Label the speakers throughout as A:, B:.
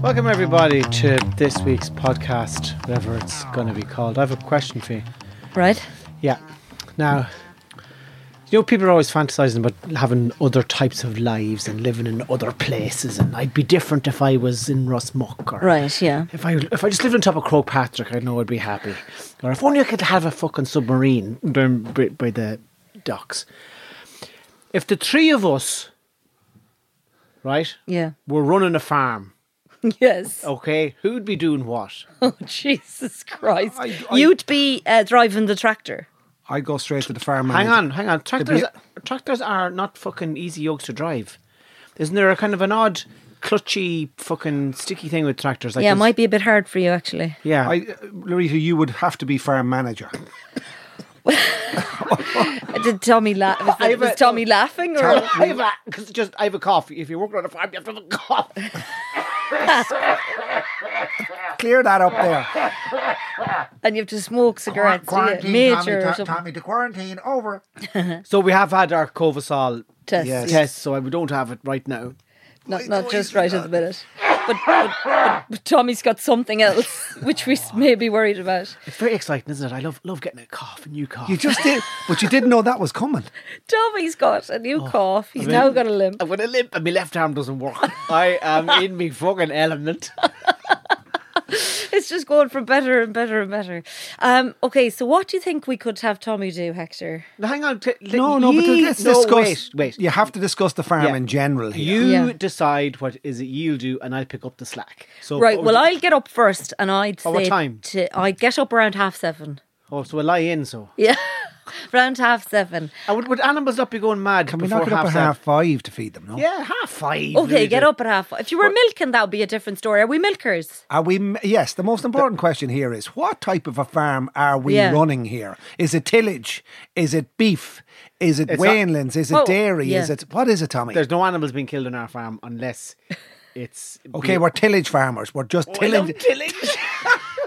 A: Welcome, everybody, to this week's podcast, whatever it's going to be called. I have a question for you.
B: Right?
A: Yeah. Now, you know, people are always fantasizing about having other types of lives and living in other places, and I'd be different if I was in Rossmuck or
B: Right, yeah.
A: if I if I just lived on top of Crowpatrick, I know I'd be happy. Or if only I could have a fucking submarine down by, by the docks. If the three of us, right,
B: Yeah.
A: were running a farm,
B: Yes. Oh,
A: okay, who'd be doing what?
B: Jesus Christ.
C: I- I-
B: You'd be uh, driving the tractor.
C: I go straight to the farm.
A: Hang
C: manager.
A: on, hang on. Tractors, tractors are not fucking easy yokes to drive. Isn't there a kind of an odd, clutchy, fucking sticky thing with tractors? Like
B: yeah, it
A: this-
B: might be a bit hard for you, actually.
A: Yeah,
C: I, Lorita, you would have to be farm manager.
B: Uh, Did Tommy laugh? Was,
A: I
B: that- was
A: bet-
B: Tommy laughing?
A: I
B: Or
A: have a because just I have a cough. If you're working on a farm, you have to have a cough.
C: Clear that up there.
B: and you have to smoke cigarettes. do you?
C: Quarantine,
B: Major
C: Tommy,
B: or
C: to-
B: something.
C: Tommy, the quarantine over.
A: so we have had our Covisol
B: Test.
C: Yes.
A: test, so we don't have it right now.
B: Not, not just right at the minute. But, but, but, but Tommy's got something else, which we s- may be worried about.
A: It's very exciting, isn't it? I love love getting a cough, a new cough.
C: You just did, but you didn't know that was coming.
B: Tommy's got a new cough. He's now got a limp.
A: I'm gonna limp, and my left arm doesn't work. I am in me fucking element.
B: It's just going from better and better and better. Um, okay, so what do you think we could have Tommy do, Hector?
A: Now, hang on.
C: No, no, but let's
A: no,
C: discuss.
A: Wait, wait.
C: You have to discuss the farm
A: Yeah.
C: in general here.
A: You
B: Yeah.
A: decide what is it you'll do, and I'll pick up the slack. So oh,
B: Right.
A: what would
B: Well,
A: you-
B: I'll get up first, and I'd
A: Oh,
B: say
A: what time?
B: To, I'd get up around half seven.
A: Oh, so I lie in. So
B: Yeah, around half seven.
A: I would, would animals not be going mad?
C: Can we
A: before
C: knock it up
A: half
C: at
A: seven?
C: half five to feed them? No.
A: Yeah, half five.
B: Okay, get
A: Loretta.
B: up at half. If you were milking, that would be a different story. Are we milkers?
C: Are we? m- Yes. The most important question here is what type of a farm are we
B: Yeah.
C: running here? Is it tillage? Is it beef? Is it
A: It's not-
C: Wainlands? Is it
B: Well,
C: dairy? Is
B: yeah.
C: it what is it, Tommy?
A: There's no animals being killed on our farm unless it's
C: okay, we're tillage farmers. We're
A: Oh,
C: just tilling.
A: tilling.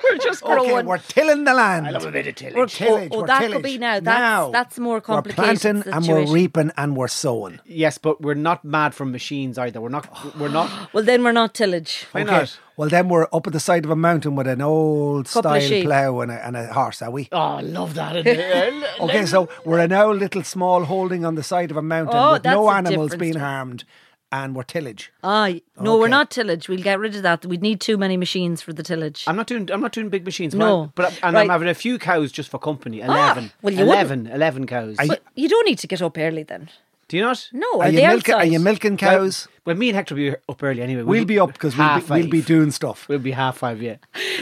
B: We're just growing.
C: Okay, we're tilling the land.
A: I love a bit of tillage.
C: We're tillage.
B: Oh, oh,
C: we're
B: that
C: tillage.
B: could be now. That's- that's a more complicated
C: We're planting and we're
B: situation.
C: reaping and we're sowing.
A: yes, but we're not mad from machines either. We're not. We're not.
B: well, then we're not tillage.
A: Why not?
C: Well, then we're up at the side of a mountain with an old
B: Couple of
C: style
B: sheep.
C: plough and a, and a horse, are we?
A: Oh, I love that. idea.
C: Okay, so we're an old little small holding on the side of a mountain
B: Oh,
C: with no
B: that's a
C: animals
B: different
C: being
B: story.
C: harmed and we're tillage.
B: Ah, y- no, we're
C: Okay.
B: not tillage. We'll get rid of that. We'd need too many machines for the tillage.
A: I'm not doing. I'm not doing big machines.
B: No.
A: but and I'm
B: Right. Ah,
A: having a few cows just for company. Eleven.
B: well, you
A: 11, 11 cows.
B: but you don't need to get up early then.
A: Do you not?
B: No, are,
C: Are, you
B: they
C: milking, are
B: Oh, outside?
C: you milking cows?
A: Well, me and Hector will be up early anyway.
C: We'll be up because we'll, be-
A: half
C: we'll be
A: five.
C: doing stuff.
A: We'll be half five, yeah.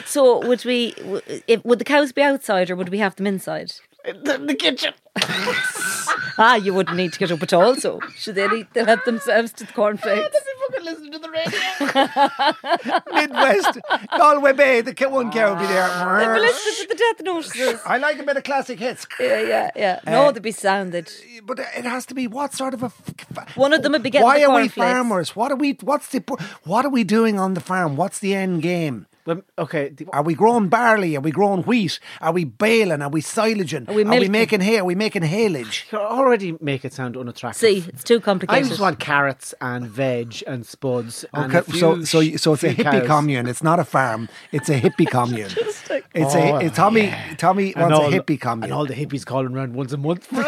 B: So would we? w- If, would the cows be outside or would we have them inside?
A: The, the kitchen.
B: Ah, you wouldn't need to get up at all. So should they? Need, they'll help themselves to the cornflakes.
A: fucking
D: listen to the radio.
C: Midwest, Galway Bay, the ca- one cow would be
B: But
C: there.
B: listen to the death notices.
C: I like a bit of classic hits.
B: Yeah, yeah, yeah. No, they'd be sounded.
C: But it has to be what sort of a f- f-
B: One of them would be getting
C: Why
B: the
C: are we
B: cornflakes.
C: farmers? What are we? What's the? pur- What are we doing on the farm? What's the end game?
A: Well, okay. the-
C: Are we growing barley? Are we growing wheat? Are we baling? Are we silaging? Are
B: we milking?
C: making hay? Are we making haylage?
A: You already make it sound unattractive.
B: See, it's too
A: I
B: complicated.
A: just want carrots and veg and spuds. And a
C: Okay, so
A: few
C: so so it's a
A: few
C: hippie
A: cows.
C: commune. It's not a farm. It's a hippie commune. it's
A: Oh,
C: a it's Tommy Tommy
A: And
C: wants
A: all-
C: a hippie commune.
A: And all the hippies calling around once a month for,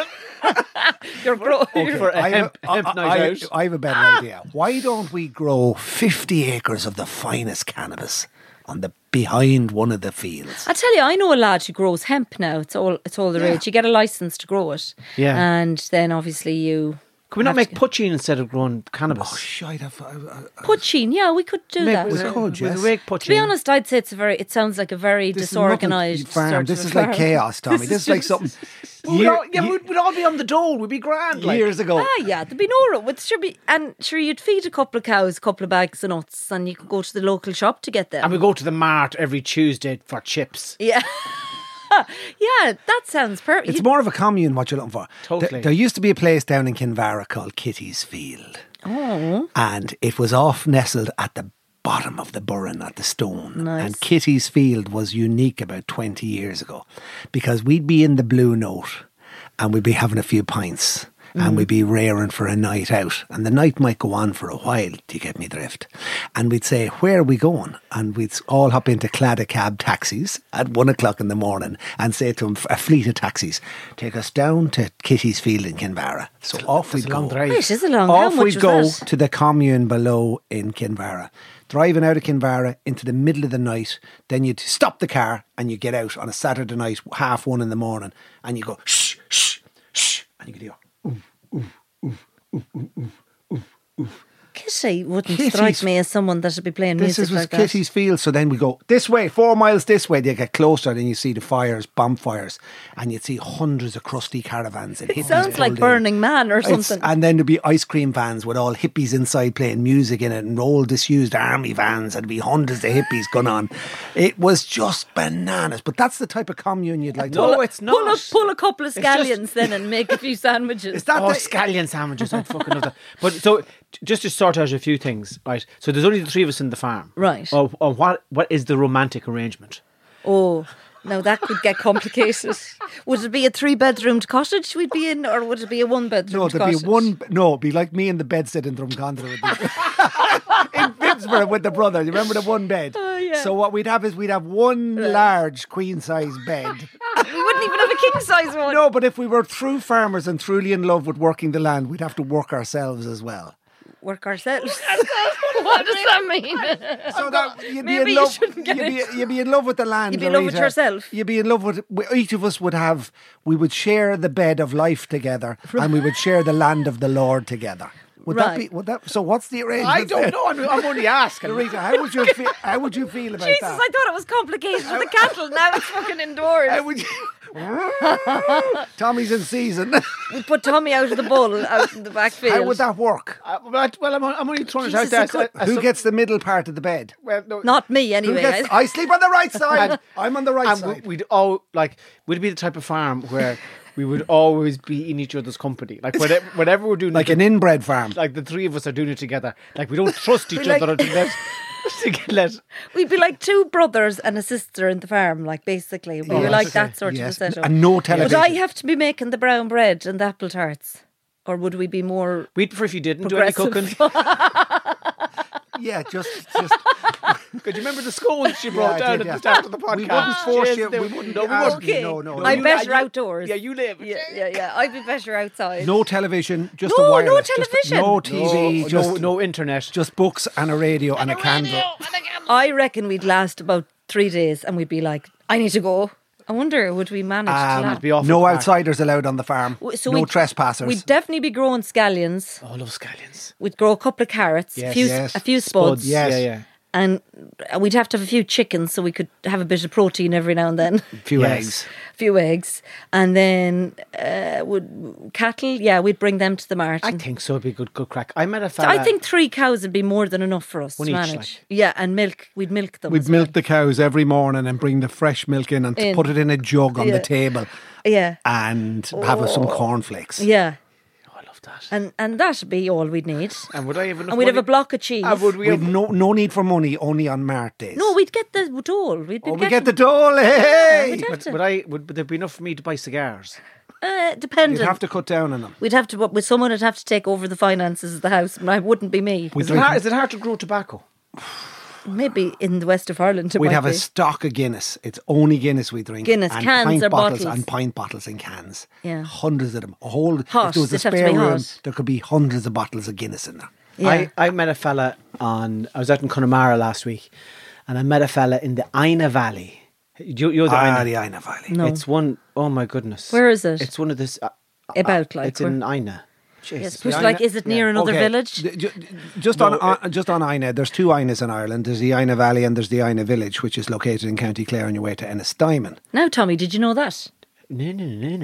B: You're grow-
A: for a
C: I have,
A: hemp,
C: a-
A: hemp Ah!
C: I,
A: night
C: I-
A: out.
C: I have a better idea. Why don't we grow 50 acres of the finest cannabis on the behind one of the fields?
B: I tell you, I know a lad who grows hemp now. It's all it's all the rage. You get a license to grow it.
A: Yeah.
B: And then obviously you
A: Can we not
B: have to
A: make poaching instead of growing cannabis?
C: Oh, Shite, I've- I- I-
B: poaching. Yeah, we could do
A: Make-
B: Oh, that.
C: we
A: uh,
C: could,
A: we
C: yes.
A: make
B: To be
A: poaching.
B: honest, I'd say it's a very. It sounds like a very
C: this is nothing
B: disorganized
C: farm.
B: sort
C: This
B: of
C: is
B: farm.
C: like chaos, Tommy. This, is like something.
A: We'd
C: Year-
A: all, yeah,
C: ye-
A: we'd, we'd all be on the dole. We'd be grand. Like.
C: years ago.
B: Ah, yeah, there'd be no room. With sure be, and sure you'd feed a couple of cows, a couple of bags of nuts, and you could go to the local shop to get them.
A: And we go to the mart every Tuesday for chips.
B: yeah, yeah, that sounds perfect.
C: It's more of a commune what you're looking for. Th-
A: Totally.
C: There used to be a place down in Kinvara called Kitty's Field. Oh. And it was off nestled at the bottom of the burren at the stone. And Kitty's Field was unique about 20 years ago because we'd be in the Blue Note and we'd be having a few pints. And we'd
A: Mm-hmm.
C: be raring for a night out, and the night might go on for a while. Do you get me drift? And we'd say, "Where are we going?" And we'd s- all hop into Claddagh cab taxis at one o'clock in the morning and say to them, "A fleet of taxis, take us down to Kitty's Field in Kinvara." So off we'd
A: It's a long
C: go.
A: drive.
B: Right, is it long? How
C: Off
B: much
C: we
B: was
C: go
B: that?
C: to the commune below in Kinvara. Driving out of Kinvara into the middle of the night, then you stop the car and you get out on a Saturday night, half one in the morning, and you go shh shh shh, and you can hear
B: Kitty wouldn't
C: Kitty's-
B: strike me as someone that should be playing
C: this
B: music
C: is was
B: like that.
C: Kitty's Field. So then we go this way, four miles this way. They get closer, then you see the fires, bonfires, and you'd see hundreds of crusty caravans. And hippies
B: Sounds like
C: pulled in.
B: Burning Man or
C: It's-
B: something.
C: and then there'd be ice cream vans with all hippies inside playing music in it and old disused army vans and be hundreds of hippies gone on. It was just bananas. But that's the type of commune you'd like
A: No,
C: to
A: it's not.
B: pull a pull a couple of
A: It's just-
B: scallions then and make a few sandwiches.
C: Is that
A: Oh,
C: the-
A: scallion sandwiches. I fucking love that. But so, t- just to sort out a few things, right? So there's only the three of us in the farm.
B: Right.
A: Or, or what? what is the romantic arrangement?
B: Oh, now that could get complicated. would it be a three bedroomed cottage we'd be in, or would it be a one bedroom
C: No, there'd
B: cottage?
C: be one. No, it'd be like me in the bedstead in Drumcondra with the- in Pittsburgh with the brother. You remember the one bed?
B: Oh, yeah.
C: So what we'd have is we'd have one large queen size bed.
B: We wouldn't even have a king size one.
C: no, but if we were true farmers and truly in love with working the land, we'd have to work ourselves as well.
B: Work ourselves. what does that mean?
C: So that you'd
B: maybe
C: be in
B: you
C: love.
B: shouldn't get
C: you'd, be,
B: it.
C: you'd be in love with the land.
B: You'd be in love with
C: Loretta.
B: yourself.
C: You'd be in love with. we- Each of us would have. We would share the bed of life together, and we would share the land of the Lord together. Would that
B: Right.
C: be? Would that? So what's the arrangement?
A: I don't
C: there?
A: know. I'm, I'm only asking.
C: Loretta, how would you feel? How would you feel about
B: Jesus,
C: that?
B: I thought it was complicated with the cattle. Now it's fucking indoors.
C: How would you? Tommy's in season.
B: We put Tommy out of the bowl, out in the backfield.
C: How would that work?
A: Uh, but- well, I'm, I'm only throwing it
B: Jesus, you
A: out there.
B: could-
A: I- I-
C: Who
A: so-
C: gets the middle part of the bed?
A: well, no,
B: Not me,
C: Who
B: anyway.
C: gets- I sleep on the right side. I'm on the right
A: and we-
C: side.
A: we'd all like we'd be the type of farm where we would always be in each other's company. Like whatever, whatever we're doing,
C: like an inbred farm.
A: like the three of us are doing it together. Like we don't trust each
B: like-
A: other to let to get let.
B: We'd be like two brothers and a sister in the farm, like basically. We were
C: Yes.
B: like that sort
C: Yes.
B: of a setup.
C: And no
B: Would
C: television.
B: I have to be making the brown bread and the apple tarts? Or would we be more
A: We'd prefer if you didn't do any cooking.
B: Progressive.
C: yeah, just just.
A: Could you remember the scones she
C: I
A: brought down
C: did,
A: at
C: yeah.
A: the start of the
C: We
A: podcast? Ah,
C: wouldn't force
A: Yes,
C: you,
A: they-
C: we wouldn't
A: no,
C: be
A: we wouldn't.
C: asking you, no, no, no.
B: I
A: You-
B: better
A: you-
B: outdoors.
A: Yeah, you live.
B: Yeah, yeah, yeah. I'd be better outside.
C: No television, just
B: No,
C: a
B: no
C: wireless. just
B: television.
C: no
A: No,
C: TV, just,
A: no, no internet.
C: just books and a radio and, a candle.
B: I reckon we'd last about three days and we'd be like, I need to go. I wonder, would we manage to
C: Um,
B: last?
A: be off at
C: no
A: the park.
C: outsiders allowed on the farm.
B: W- so
C: no
B: we'd-
C: trespassers.
B: We'd definitely be growing scallions.
A: Oh, I love scallions.
B: We'd grow a couple of carrots, a,
A: Yes,
B: few,
A: yes.
B: a few spuds.
A: Yeah,
C: Yes.
A: yeah.
B: and we'd have to have a few chickens so we could have a bit of protein every now and then.
C: A few
A: Yes.
C: eggs.
B: a few eggs, and then uh, would cattle. Yeah, we'd bring them to the mart.
A: I
B: and-
A: think so. It'd be a good, good crack. I met a
B: So
A: fella.
B: I think three cows would be more than enough for us
A: One
B: to
A: each,
B: manage.
A: like.
B: Yeah, and milk. We'd milk them.
C: We'd
B: as well.
C: milk the cows every morning and bring the fresh milk in and
B: In.
C: put it in a jug on
B: Yeah.
C: the table
B: Yeah,
C: and have some cornflakes.
B: yeah,
A: Oh, I love that.
B: and and that'd be all we'd need.
A: And would I have enough
B: And we'd have
A: money?
B: a block of cheese.
A: And would we
C: We've
A: have
C: no no need for money only on mart days.
B: No, we'd get the dole. We'd be
C: Oh,
B: getting,
C: we get the dole. Hey!
B: we'd have
A: Would,
B: to.
A: would I? Would, would there be enough for me to buy cigars?
B: uh, dependent.
C: You'd have to cut down on them.
B: We'd have to, but with someone would have to take over the finances of the house, and I wouldn't be me.
C: We'd,
A: Is it,
C: drink-
A: hard, is it hard to grow tobacco?
B: Maybe in the west of Ireland, it
C: we'd
B: might
C: have
B: be.
C: a stock of Guinness. It's only Guinness we drink.
B: Guinness,
C: and
B: cans
C: pint
B: or
C: bottles,
B: bottles?
C: and pint bottles in cans.
B: Yeah.
C: hundreds of them. A whole.
B: Hot,
C: If there was a
B: they'd have to
C: spare
B: be
C: room,
B: hot.
C: there could be hundreds of bottles of Guinness in there.
B: yeah.
A: I, I met a fella on. I was out in Connemara last week, and I met a fella in the Aina Valley. You, you're the
C: Ah,
A: Aina.
C: the Aina Valley.
B: No.
A: It's one oh my goodness.
B: Where is it?
A: It's one of this. Uh,
B: About,
A: uh,
B: like,
A: It's in Aina.
B: Yes,
A: Jesus.
B: but
A: Aina-
B: like, is it near another
C: Okay,
B: village?
C: d- ju- Just on, on just on Aina, there's two Ainas in Ireland. There's the Aina Valley and there's the Aina Village, which is located in County Clare on your way to Ennistimon.
B: Now, Tommy, did you know that?
A: No, no, no,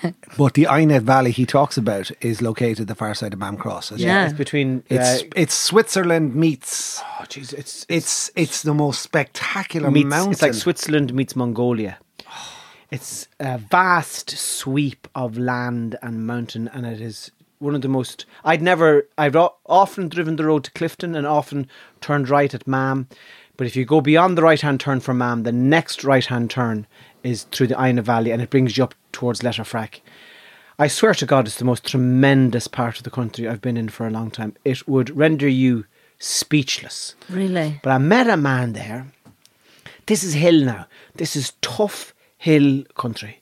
A: no.
C: But the Aina Valley he talks about is located the far side of Mamcross. as
B: Yeah.
C: well.
A: It's between.
C: It's
A: uh,
C: it's Switzerland meets
A: oh, jeez, it's
C: it's it's the most spectacular
A: meets,
C: mountain.
A: It's like Switzerland meets Mongolia. It's a vast sweep of land and mountain, and it is one of the most. I'd never. I've o- often driven the road to Clifton and often turned right at Mam. But if you go beyond the right hand turn for Mam, the next right hand turn is through the Aina Valley and it brings you up towards Letterfrack. I swear to God, it's the most tremendous part of the country I've been in for a long time. It would render you speechless.
B: Really?
A: But I met a man there. This is hill now. This is tough hill country.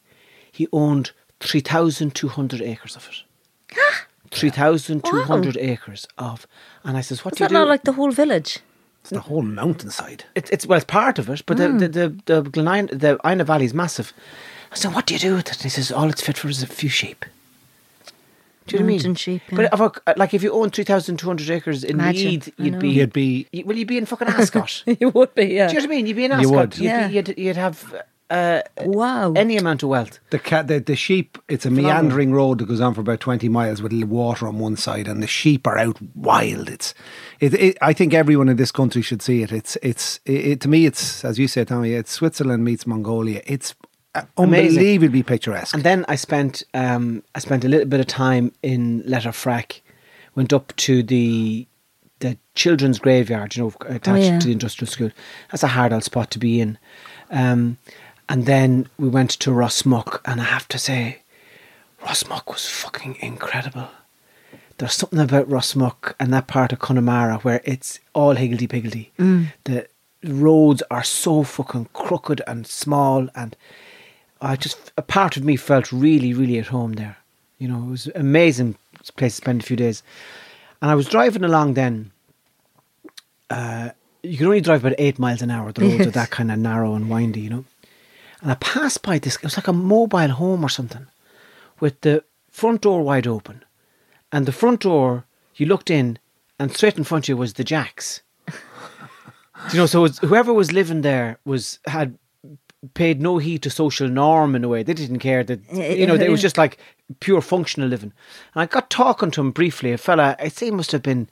A: He owned 3,200 acres of it. 3,200 acres of. And I says, what
B: Is
A: do you
B: that
A: do?
B: not like the whole village?
C: It's the whole mountainside.
A: it's, it's well, it's part of it, but
B: Hmm.
A: the the the the, Glen, the Ina Valley is massive. I said, "What do you do with it?" And he says, "All it's fit for is a few sheep." Do you know what I
B: Mountain
A: mean?
B: sheep, yeah.
A: But of a, like, if you own three thousand two hundred acres in
B: Imagine,
A: Meath,
B: I
A: you'd
B: know.
A: be
C: You'd be-
A: you- well, you'd be in fucking Ascot.
B: You would be, yeah.
A: Do you know what I mean? You'd be in Ascot.
C: You would.
A: You'd,
B: Yeah.
A: be, you'd, you'd have uh,
B: Wow.
A: any amount of wealth.
C: The cat, the, the sheep. It's a
A: Phenomenal.
C: meandering road that goes on for about twenty miles with little water on one side, and the sheep are out wild. It's, it, it, I think everyone in this country should see it. It's, it's, it, it- to me, it's as you say, Tommy. It's Switzerland meets Mongolia. It's uh,
A: Amazing.
C: unbelievably picturesque.
A: And then I spent um, I spent a little bit of time in Letterfrack. Went up to the the children's graveyard, you know, uh, attached
B: yeah.
A: to the industrial school. That's a hard old spot to be in. Um, and then we went to Rossmuck, and I have to say, Rossmuck was fucking incredible. There's something about Rossmuck and that part of Connemara where it's all higgledy piggledy. The roads are so fucking crooked and small, and I just a part of me felt really, really at home there. You know, it was an amazing place to spend a few days. And I was driving along then. Uh, you can only drive about eight miles an hour. The roads are
B: Yes.
A: that kind of narrow and windy, you know. And I passed by this. It was like a mobile home or something, with the front door wide open, and the front door you looked in, and straight in front of you was the Jacks. you know, so it was, whoever was living there was had paid no heed to social norm in a way. They didn't care that you know, it was just like pure functional living. And I got talking to him briefly, a fella I say he must have been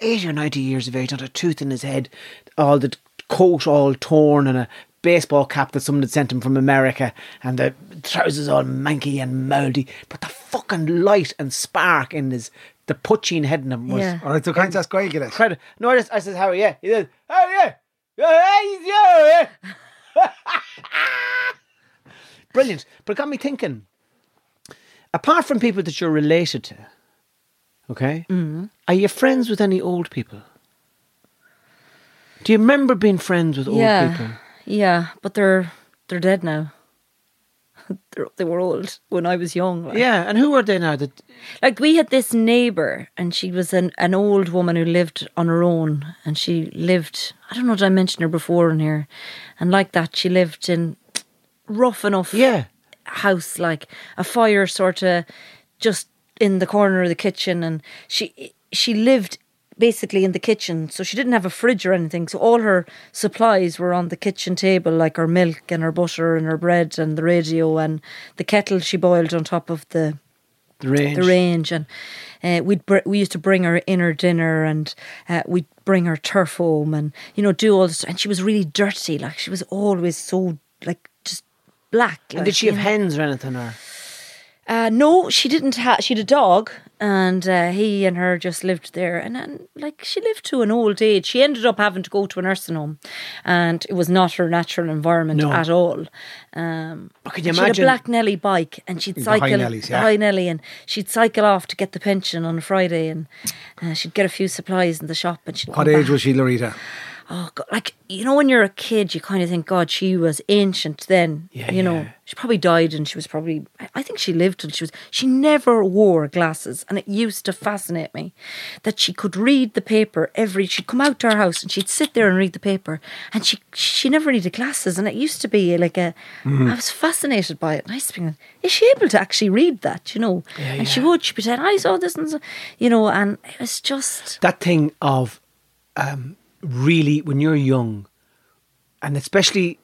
A: eighty or ninety years of age, had a tooth in his head, all the coat all torn and a baseball cap that someone had sent him from America and the trousers all manky and mouldy. But the fucking light and spark in his the putching head in him was
B: Yeah.
C: All right, so can I just go and get it?
A: credit. No, I just I says, Harry, yeah. He says, Harry, yeah. Yeah, he's yeah, yeah. Brilliant. But it got me thinking. Apart from people that you're related to, okay,
B: Mm-hmm.
A: are you friends with any old people? Do you remember being friends with old people?
B: yeah. Yeah, but they're they're dead now. They're, they were old when I was young. Like.
A: Yeah, and who are they now? That
B: Like we had this neighbor, and she was an, an old woman who lived on her own, and she lived. I don't know did I mention her before in here, and like that, she lived in rough enough
A: yeah,
B: house, like a fire sort of just in the corner of the kitchen, and she she lived basically in the kitchen. So she didn't have a fridge or anything. So all her supplies were on the kitchen table, like her milk and her butter and her bread and the radio and the kettle she boiled on top of the
A: The range.
B: the range, and uh, we'd br- we used to bring her in her dinner, and uh, we'd bring her turf home, and you know do all this. And she was really dirty, like she was always so like just black.
A: And
B: like,
A: did she
B: you
A: have
B: know.
A: hens or anything? Or
B: Uh, no, she didn't. Ha- she had a dog, and uh, he and her just lived there. And, and like she lived to an old age, she ended up having to go to a nursing home, and it was not her natural environment
A: No.
B: at all. Um,
A: But could you
B: she
A: imagine-
B: had a black Nelly bike, and she'd
C: high
B: cycle
C: Nellies,
B: the
C: yeah.
B: high Nelly, and she'd cycle off to get the pension on a Friday, and uh, she'd get a few supplies in the shop, and she'd.
C: What
B: come
C: age
B: back.
C: was she, Loretta?
B: Oh, God. like you know, when you're a kid, you kind of think, God, she was ancient then.
A: Yeah,
B: you know,
A: yeah.
B: she probably died, and she was probably. I- I think she lived till she was. She never wore glasses, and it used to fascinate me that she could read the paper every. She'd come out to our house and she'd sit there and read the paper, and she she never needed glasses, and it used to be like a. I was fascinated by it, and I used to be like, is she able to actually read that? You know, and she would. She would pretend I saw this, and so, you know, and it was just
A: that thing of um, really when you're young, and especially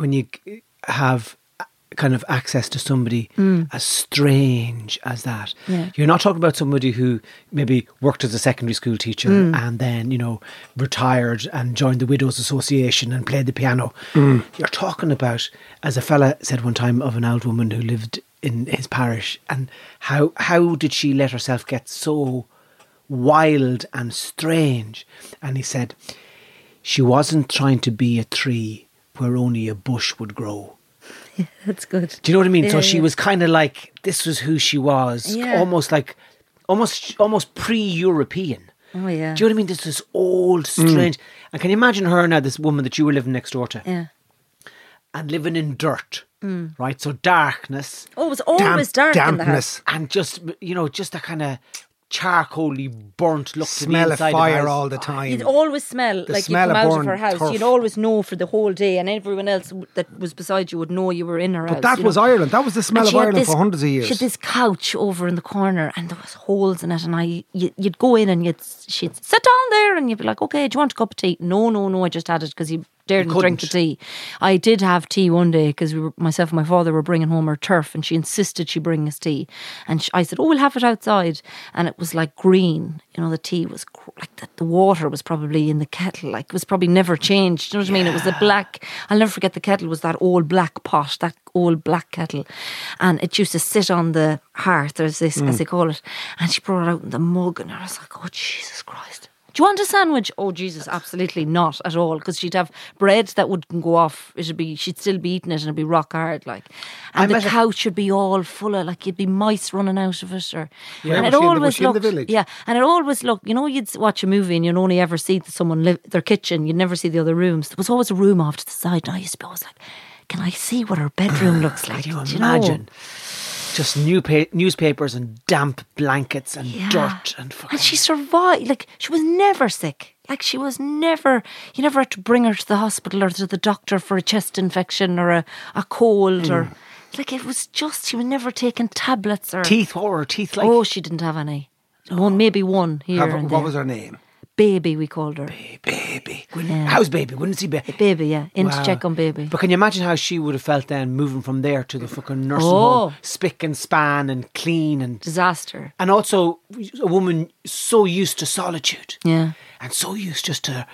A: when you g- have a- kind of access to somebody as strange as that.
B: Yeah.
A: You're not talking about somebody who maybe worked as a secondary school teacher and then, you know, retired and joined the Widows Association and played the piano. You're talking about, as a fella said one time of an old woman who lived in his parish and how how did she let herself get so wild and strange? And he said, she wasn't trying to be a tree where only a bush would grow.
B: that's good.
A: Do you know what I mean? so
B: Yeah,
A: she
B: yeah.
A: was kind of like this was who she was,
B: Yeah.
A: almost like almost almost pre-European.
B: Oh yeah.
A: Do you know what I mean? This is old,
C: Mm.
A: strange. And can you imagine her now, this woman that you were living next door to,
B: Yeah.
A: and living in dirt,
C: Mm.
A: right? So darkness
B: Oh, it was always dark in the house.
C: dampness,
A: and just you know, just that kind of charcoaly, burnt look. to the
C: smell of
A: inside
C: fire
A: house.
C: all the time.
B: You'd always smell
C: The
B: like
C: smell
B: you'd
C: of
B: come out of
C: burnt
B: her house.
C: turf.
B: You'd always know for the whole day, and everyone else w- that was beside you would know you were in her house.
C: But that
B: you know.
C: was Ireland. That was the
B: And
C: smell of
B: she had
C: Ireland
B: this-
C: for hundreds of
B: She had
C: years.
B: this couch over in the corner, and there was holes in it. And I, you, you'd go in and you'd she'd sit down there, and you'd be like, "Okay, do you want a cup of tea?" No, no, no. I just had it because you daredn't drink the tea. I did have tea one day because we were, myself and my father were bringing home her turf, and she insisted she bring us tea. And sh I said, "Oh, we'll have it outside." And it was like green. You know, the tea was gr- like the, the water was probably in the kettle. Like it was probably never changed. You know what I mean? It was a black. I'll never forget the kettle was that old black pot, that old black kettle, and it used to sit on the hearth, as they
C: Mm.
B: as they call it. And she brought it out in the mug, and I was like, "Oh Jesus Christ." Do you want a sandwich? Oh Jesus, absolutely not at all. Because she'd have bread that wouldn't go off. It'd be she'd still be eating it and it'd be rock hard like. And
A: met
B: the
A: a-
B: couch would be all full of like you'd be mice running out of it or and
C: was
B: it
C: she in the- was
B: always
C: she in the
B: looked
C: village?
B: yeah, and it always looked you know you'd watch a movie and you'd only ever see someone live their kitchen. You'd never see the other rooms. There was always a room off to the side. And I used to be always like, can I see what her bedroom looks like?
A: Can you
B: Do know?
A: imagine? Just new pa- newspapers and damp blankets and
B: Yeah.
A: dirt and fucking.
B: And she survived. Like she was never sick. Like she was never. You never had to bring her to the hospital or to the doctor for a chest infection or a, a cold
A: Hmm.
B: or. Like it was just she was never taking tablets or.
A: teeth. What were her teeth like?
B: oh, she didn't have any. One, maybe one here
C: Have-
B: and
C: what
B: there.
C: was her name?
B: Baby, we called her. Baby,
C: Baby.
A: Wouldn't- How's baby? Wouldn't see baby?
B: yeah. In
A: Wow.
B: to check on baby.
A: But can you imagine how she would have felt then moving from there to the fucking nursing
B: Oh.
A: home, spick and span and clean and
B: Disaster.
A: and also a woman so used to solitude
B: Yeah.
A: and so used just to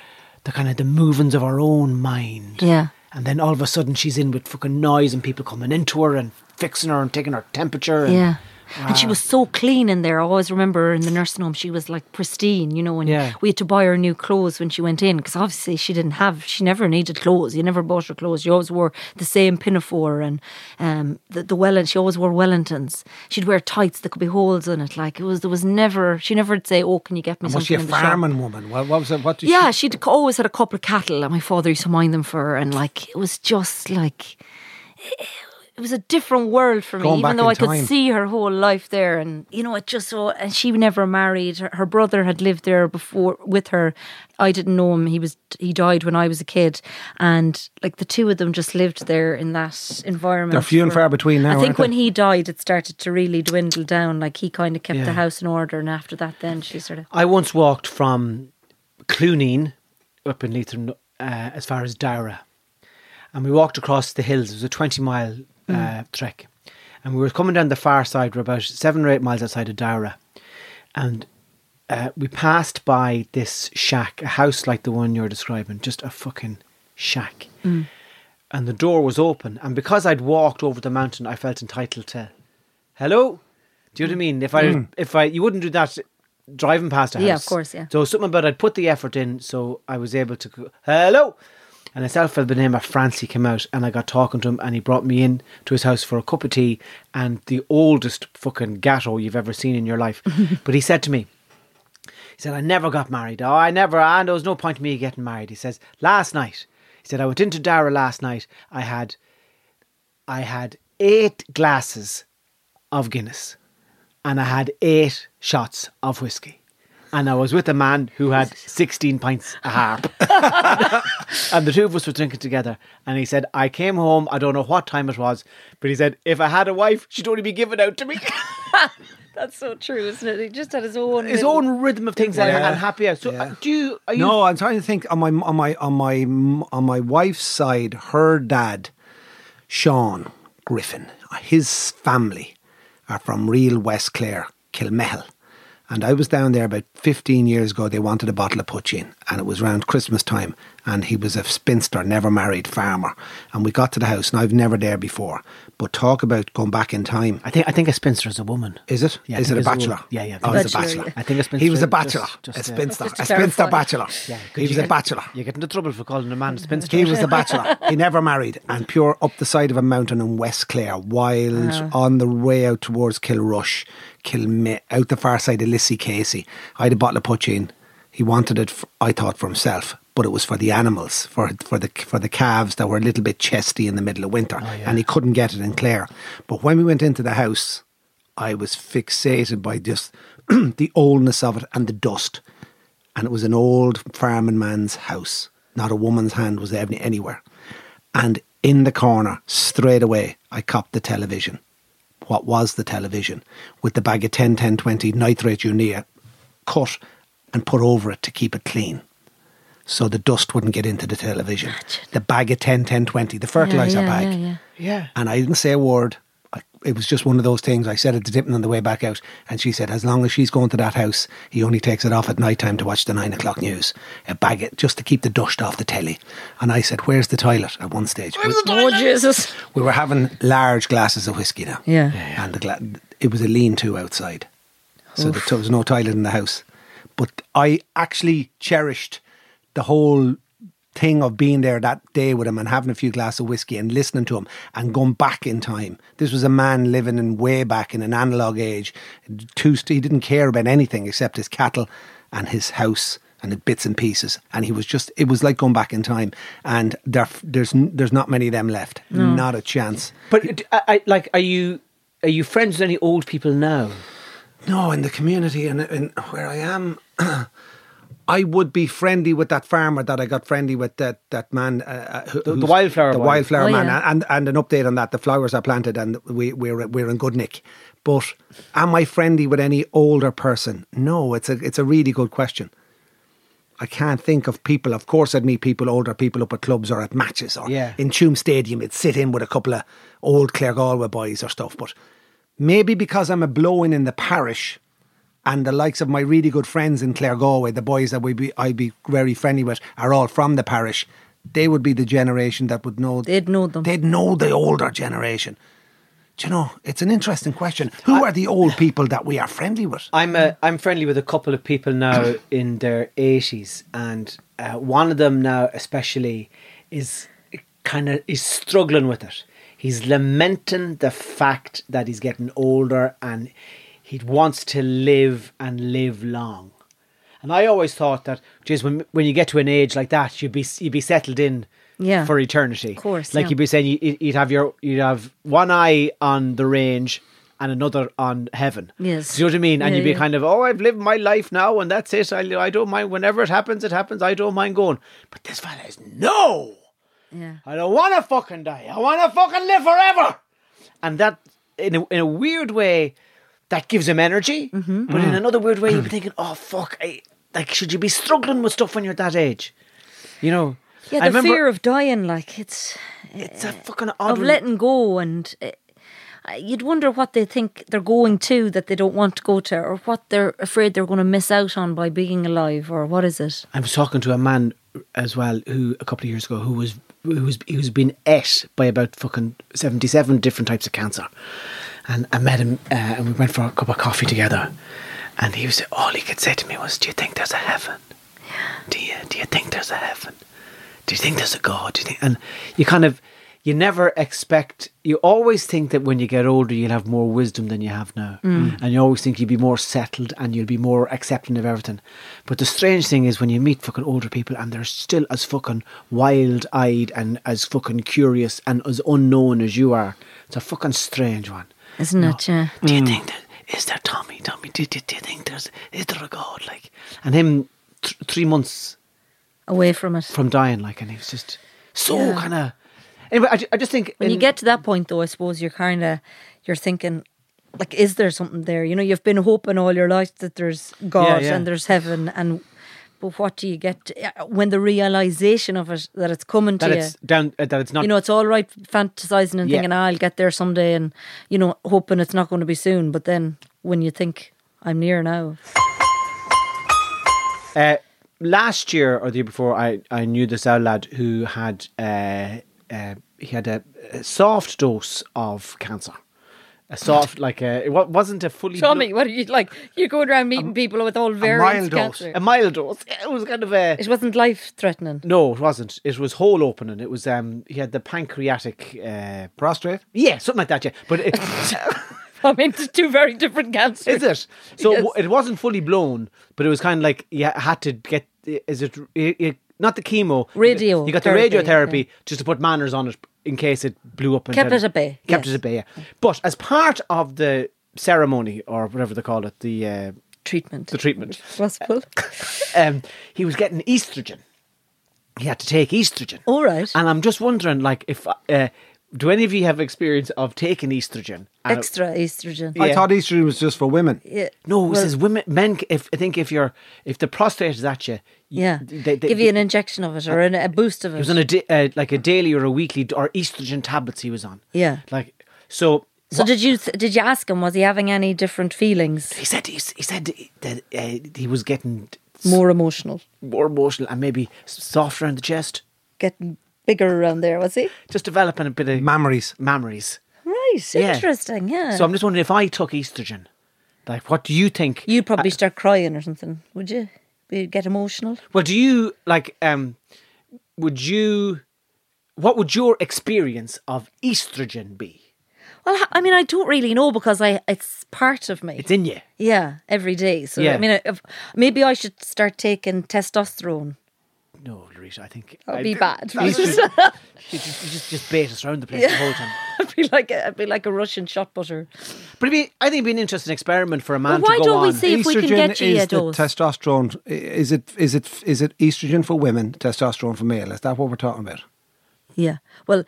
A: the kind of the movings of her own mind.
B: Yeah.
A: And then all of a sudden she's in with fucking noise and people coming into her and fixing her and taking her temperature. And
B: Yeah. And she was so clean in there. I always remember her in the nursing home, she was like pristine, you know. And
A: Yeah.
B: we had to buy her new clothes when she went in because obviously she didn't have, she never needed clothes. You never bought her clothes. She always wore the same pinafore and um, the, the Welland, she always wore Wellingtons. She'd wear tights that could be holes in it. Like it was, there was never, she never would say, Oh, can you get me
C: And
B: something?
C: was she a
B: in the shop?"
C: farming woman? What, what was it? What did
B: Yeah,
C: she?
B: she'd c- always had a couple of cattle, and my father used to mind them for her. And like, it was just like, it was a different world for me,
C: Going
B: even
C: back
B: though
C: in
B: I could
C: time.
B: see her whole life there. And you know, it just so and she never married. Her, her brother had lived there before with her. I didn't know him. He was he died when I was a kid, and like the two of them just lived there in that environment.
C: They're few and
B: where-
C: far between now,
B: I think
C: aren't they?
B: when he died, it started to really dwindle down. Like he kind of kept
C: Yeah.
B: the house in order, and after that, then she sort of
A: I once walked from Cluneen up in Leitrim uh, as far as Dara, and we walked across the hills. It was a 20 mile uh, trek, and we were coming down the far side. We're about seven or eight miles outside of Dara, and uh, we passed by this shack, a house like the one you're describing, just a fucking shack.
B: Mm.
A: And the door was open, and because I'd walked over the mountain, I felt entitled to, "Hello." Do you know what I mean? If I if I you wouldn't do that driving past a house.
B: Yeah, of course, yeah.
A: So something about I'd put the effort in, so I was able to go, hello. And this elf by the name of Francie came out, and I got talking to him, and he brought me in to his house for a cup of tea and the oldest fucking gatto you've ever seen in your life. but he said to me, he said, I never got married. Oh, I never, and there was no point in me getting married. He says, last night, he said, I went into Dara last night. I had, I had eight glasses of Guinness and I had eight shots of whiskey. And I was with a man who had 16 pints a harp. and the two of us were drinking together. And he said, I came home, I don't know what time it was, but he said, if I had a wife, she'd only be given out to me.
B: That's so true, isn't it? He just had his own
A: His
B: little-
A: own rhythm of things and-
C: Yeah.
A: and happy hour. So uh, do you, are you
C: No, I'm trying to think on my on my on my on my wife's side, her dad, Sean Griffin, uh, his family are from real West Clare, Kilmehel. And I was down there about 15 years ago. They wanted a bottle of putchin, and it was around Christmas time. And he was a spinster, never married farmer. And we got to the house, and I've never there before. But talk about going back in time.
A: I think I think a spinster is a woman.
C: Is it?
A: Yeah, I
C: is it
A: think
C: a
A: it's a
C: bachelor?
A: woman. Yeah, yeah,
C: Oh,
A: I think
C: it's a
B: Bachelor,
C: bachelor.
B: yeah.
A: I think a spinster-
C: He was a bachelor.
A: just- just,
C: a
A: yeah.
C: spinster.
B: Just to
C: a spinster
B: clarify.
C: bachelor. he was a bachelor.
A: You get into trouble for calling a man a spinster.
C: He was a bachelor. he never married and pure up the side of a mountain in West Clare, wild on the way out towards Kilrush, Kilme, out the far side of Lissy Casey. I had a bottle of poaching. He wanted it, f I I thought, for himself, but it was for the animals, for for the for the calves that were a little bit chesty in the middle of winter, and he couldn't get it in Clare. But when we went into the house, I was fixated by just the oldness of it and the dust and it was an old farming man's house. Not a woman's hand was ever anywhere. And in the corner, straight away, I copped the television. What was the television? With the bag of 10, 10, 20 nitrate urea cut and put over it to keep it clean. So the dust wouldn't get into the television. The bag of 10, 10, 20, the fertilizer
B: yeah,
C: bag.
B: yeah, yeah.
A: yeah.
C: And I didn't say a word. I, it was just one of those things. I said it to Dippin on the way back out, and she said, "As long as she's going to that house, he only takes it off at night time to watch the nine o'clock news, a bag it just to keep the dust off the telly." And I said, "Where's the toilet?" At one stage, we,
B: Oh Jesus!
C: we were having large glasses of whiskey now,
B: Yeah.
C: and the gla- it was a lean-to outside, so there, there was no toilet in the house. But I actually cherished the whole thing of being there that day with him and having a few glasses of whiskey and listening to him and going back in time. This was a man living in way back in an analog age. Too, st- he didn't care about anything except his cattle and his house and the bits and pieces. And he was just, it was like going back in time. And there, there's n- there's not many of them left. Not a chance.
A: But it- I, I, like, are you are you friends with any old people now?
C: No, in the community and in where I am, I would be friendly with that farmer that I got friendly with that that man, uh, uh, who-
A: the
C: who's-
A: wildflower
C: the
A: boy.
C: wildflower
B: Oh,
C: man,
B: yeah.
C: and and an update on that. The flowers are planted, and we we're we're in good nick. But am I friendly with any older person? No, it's a it's a really good question. I can't think of people. Of course, I'd meet people, older people up at clubs or at matches or
A: Yeah.
C: in Tume Stadium. I'd sit in with a couple of old Claregalway boys or stuff. But maybe because I'm a blowing in the parish and the likes of my really good friends in Claregalway, the boys that we be, I'd be very friendly with, are all from the parish. They would be the generation that would know.
B: They'd know them.
C: They'd know the older generation. Do you know? It's an interesting question. Who are the old people that we are friendly with?
A: I'm a, I'm friendly with a couple of people now in their eighties, and uh, one of them now especially is kind of is struggling with it. He's lamenting the fact that he's getting older and he wants to live and live long. And I always thought that, geez, when when you get to an age like that, you'd be you'd be settled in
B: Yeah.
A: for eternity. Of
B: course,
A: like
B: yeah.
A: you'd be saying you, you'd have your you'd have one eye on the range and another on heaven.
B: Yes.
A: Do you know what I mean? And
B: Yeah,
A: you'd be
B: yeah.
A: kind of, oh, I've lived my life now, and that's it. I I don't mind. Whenever it happens, it happens. I don't mind going. But this fella is no.
B: Yeah.
A: I don't want to fucking die. I want to fucking live forever. And that, in a, in a weird way, that gives him energy.
B: Mm-hmm.
A: But in another weird way, you'd be thinking, oh, fuck. I, like, should you be struggling with stuff when you're that age? You know?
B: Yeah,
A: I
B: the
A: remember
B: fear of dying, like it's
A: It's a fucking odd
B: of letting go, and uh, you'd wonder what they think they're going to that they don't want to go to, or what they're afraid they're going to miss out on by being alive, or what is it?
A: I was talking to a man as well who a couple of years ago who was who was who's been ate by about fucking seventy seven different types of cancer, and I met him uh, and we went for a cup of coffee together, and he was all he could say to me was, "Do you think there's a heaven? Do you do you think there's a heaven? Do you think there's a God? Do you think?" And you kind of you never expect. You always think that when you get older, you'll have more wisdom than you have now, and you always think you'll be more settled and you'll be more accepting of everything. But the strange thing is when you meet fucking older people and they're still as fucking wild-eyed and as fucking curious and as unknown as you are. It's a fucking strange one,
B: Isn't it? Yeah.
A: Do you think that is there Tommy? Tommy, do, do, do you think there's is there a God? Like, and him th- three months
B: Away from it.
A: from dying, like, and he was just so
B: Yeah.
A: kind of. Anyway, I, ju- I just think
B: when you
A: in-
B: get to that point though i suppose you're kind of you're thinking like is there something there you know you've been hoping all your life that there's god
A: yeah.
B: and there's heaven and but what do you get to- when the realization of it that it's coming
A: that
B: to
A: it's
B: you
A: down uh, that it's not
B: you know it's all right fantasizing and
A: Yeah.
B: thinking "Ah, i'll get there someday and you know hoping it's not going to be soon but then when you think i'm near now
A: Uh, last year or the year before, I, I knew this out lad who had uh, uh, he had a, a soft dose of cancer. A soft, like a, it wa- wasn't a fully.
B: tommy
A: blo-
B: what are you like you're going around meeting people with all various
C: mild dose.
B: cancer
A: a mild dose. It was kind of a.
B: it wasn't life threatening
A: No, it wasn't. It was hole opening. It was um. He had the pancreatic. Uh,
C: Prostrate?
A: yeah, something like that. Yeah, but it,
B: i mean it's two very different cancers
A: is it? So
B: Yes.
A: it wasn't fully blown, but it was kind of like you had to get. Is it, it, it not the chemo?
B: Radio
A: You got the
B: therapy,
A: radiotherapy just to put manners on it in case it blew up. And
B: Kept
A: then-
B: it at bay,
A: Kept
B: yes.
A: it at bay. Yeah. But as part of the ceremony or whatever they call it, the uh,
B: treatment
A: the treatment,
B: possible
A: um, he was getting estrogen. He had to take estrogen.
B: All right.
A: And I'm just wondering, like, if uh, do any of you have experience of taking estrogen? And it-
B: extra estrogen.
A: uh,
C: I
A: Yeah.
C: thought estrogen was just for women.
B: Yeah.
A: No, it
B: Well,
A: says women, men. c- If I think if you're if the prostate is at you, you-
B: yeah,
A: they, they, uh,
B: give you an injection of it or an, a boost of
A: It
B: it.
A: was on a da- uh, like a daily or a weekly d- or estrogen tablets he was on.
B: Yeah.
A: like so.
B: so did you th- did you ask him? Was he having any different feelings?
A: He said he, s- he said that uh, he was getting s-
B: More emotional,
A: more emotional and maybe s- soft around the chest,
B: getting bigger around there. Was he?
A: just developing a bit of
C: Mammaries.
A: mammaries.
B: Right.
A: Yeah.
B: Interesting. Yeah.
A: So I'm just wondering if I took estrogen, like what do you think?
B: You'd probably start crying or something, would you? You'd get emotional.
A: Well, do you like? Um, would you? What would your experience of estrogen be?
B: Well, ha- I mean, I don't really know because I it's part of me.
A: It's in you.
B: yeah, every day. So
A: Yeah.
B: I mean, if, maybe I should start taking testosterone.
A: No, Larissa, I think
B: That would
A: I-
B: Oh, be bad.
A: You just,
B: I'd
A: you just, you just, just bait us around the place the whole time.
B: be like a, I'd be like a Russian shot butter.
A: But it'd be, I think it'd be an interesting experiment for a man
B: why
A: to go
B: don't we
A: on.
B: see- if we can get you
C: is
B: a dose.
C: The testosterone i- is it is it is it estrogen for women, testosterone for male? Is that what we're talking about?
B: Yeah. Well,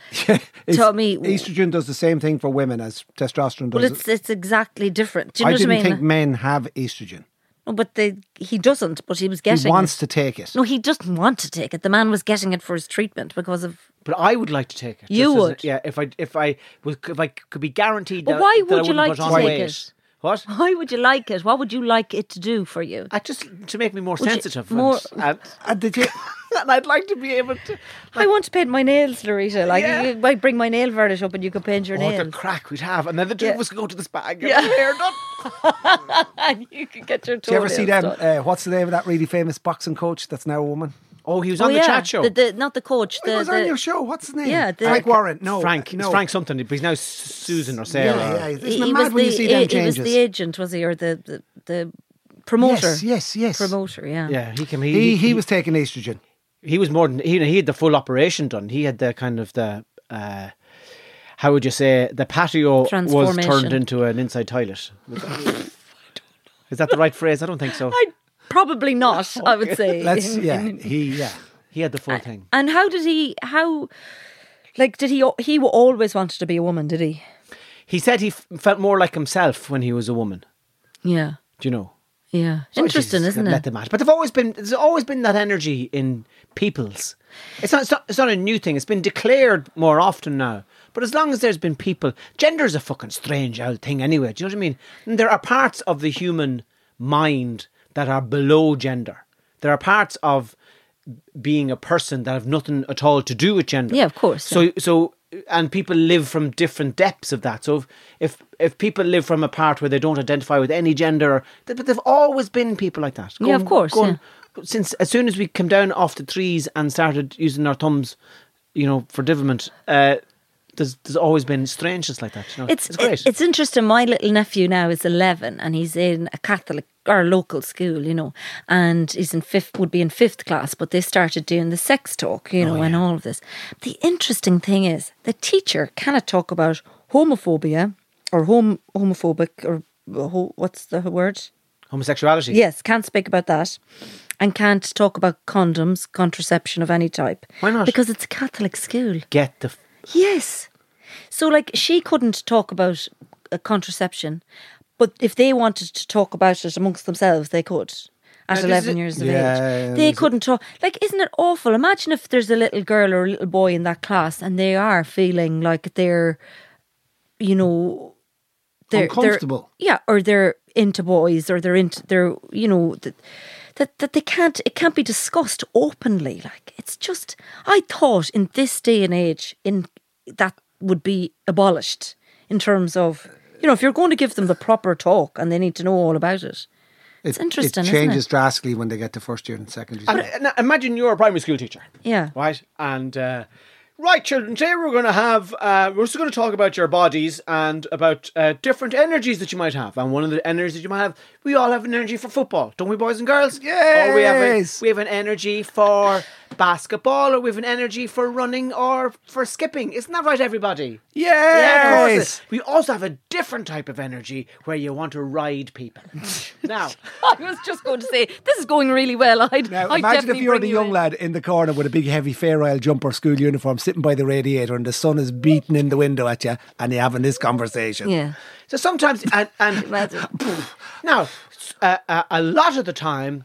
C: Is-
B: Tommy,
C: estrogen does the same thing for women as testosterone does.
B: well, it's it's exactly different. Do you
C: I
B: know what I
C: didn't
B: mean?
C: think men have estrogen.
B: no, but they, he doesn't. But he was getting.
C: he wants
B: it.
C: to take it.
B: No, he doesn't want to take it. The man was getting it for his treatment because of.
A: But I would like to take it.
B: You
A: just as a-
B: would?
A: yeah. If I if I was if I could be guaranteed.
B: But
A: that,
B: why
A: that I
B: would you
A: wouldn't
B: like
A: put
B: to
A: on
B: take
A: weight.
B: it?
A: What?
B: Why would you like it? What would you like it to do for you?
A: I just to make me more
B: you-
A: sensitive.
B: more-
A: and, and,
C: And Uh, did you-
A: and I'd like to be able to.
B: I want to paint my nails, Larita. Like
A: Yeah.
B: you might bring my nail varnish up and you could paint your
A: Oh, the
B: nails,
A: crack we'd have, and then the two
B: Yeah.
A: of us could go to the spa and get
B: Yeah.
A: our hair done.
B: and you could get your.
C: do you ever see
B: toenails
C: them?
B: done.
C: Uh, what's the name of that really famous boxing coach that's now a woman?
A: Oh, he was
B: Oh,
A: on the
B: yeah.
A: chat show.
B: The, the, not the coach. The,
C: he was
B: the,
C: on your show. What's his name?
B: yeah, the-
C: Frank Warren. No, uh,
A: Frank,
C: No.
A: it's Frank something, but he's now S- Susan or Sarah.
C: Yeah, yeah. Isn't
B: he
C: it
B: he
C: mad
B: was the
C: when you see them
B: he- he was
C: changes?
B: the agent, was he, or the the, the promoter.
C: Yes, yes, yes.
B: Promoter, yeah.
A: Yeah, he came. He
C: He, he was taking estrogen.
A: he was more than he, he had the full operation done. He had the kind of the uh, how would you say the patio was
B: Transformation.
A: turned into an inside toilet. Was that- Is that the right phrase? I don't think so.
B: I probably not, I would say.
C: Let's
B: In-
C: yeah.
B: in-
C: He yeah.
A: He had the full thing.
B: And how did he how like did he he always wanted to be a woman, did he?
A: He said he f- felt more like himself when he was a woman.
B: Yeah.
A: Do you know?
B: Yeah.
A: Oh,
B: Interesting,
A: Jesus,
B: isn't
A: let
B: it?
A: them at it. But they've always been. There's always been that energy in peoples. It's not. It's not. It's not a new thing. It's been declared more often now. But as long as there's been people, gender's a fucking strange old thing anyway. Do you know what I mean? And there are parts of the human mind that are below gender. There are parts of being a person that have nothing at all to do with gender.
B: Yeah, of course,
A: So so and people live from different depths of that. So if if, if people live from a part where they don't identify with any gender, th- but they've always been people like that.
B: Yeah, of course,
A: Since as soon as we came down off the trees and started using our thumbs, you know, for divilment, uh, there's there's always been strangeness like that. You know?
B: It's
A: it's great.
B: It's interesting. My little nephew now is eleven, and he's in a Catholic or local school, you know, and he's in fifth would be in fifth class, but they started doing the sex talk, you know,
A: Oh,
B: and all of this. The interesting thing is the teacher cannot talk about homophobia or hom- homophobic or ho- what's the word?
A: Homosexuality.
B: Yes, can't speak about that. And can't talk about condoms, contraception of any type.
A: Why not?
B: Because it's a Catholic school.
A: Get the. F-
B: Yes. So, like, she couldn't talk about uh, contraception, but if they wanted to talk about it amongst themselves, they could. At
A: this
B: eleven
A: is-
B: years of
C: Yeah,
B: age, they couldn't talk. Like, isn't it awful? Imagine if there's a little girl or a little boy in that class, and they are feeling like they're, you know, they're
C: Uncomfortable.
B: They're, yeah, or they're into boys, or they're into they're you know that, that that they can't it can't be discussed openly. Like it's just I thought in this day and age in that would be abolished in terms of you know if you're going to give them the proper talk and they need to know all about it. It's interesting,
C: It
B: isn't it?
C: changes drastically when they get to first year and secondary.
A: and,
C: school.
A: and imagine you're a primary school teacher.
B: Yeah.
A: Right? And, uh, right, children, today we're going to have, uh, we're just going to talk about your bodies and about uh, different energies that you might have. And one of the energies that you might have, we all have an energy for football, don't we, boys and girls? Or we have, a,
C: Yes.
A: we have an energy for basketball, or we have an energy for running or for skipping. Isn't that right, everybody? Yeah, of course.
C: Yes.
A: We also have a different type of energy where you want to ride people. now,
B: I was just going to say this is going really well. I'd,
C: Now, Uh, imagine if you're the young lad in the corner with a big heavy fair isle jumper school uniform sitting by the radiator and the sun is beating in the window at you and you're having this conversation.
B: Yeah.
A: So sometimes, and, and now, uh, uh, a lot of the time,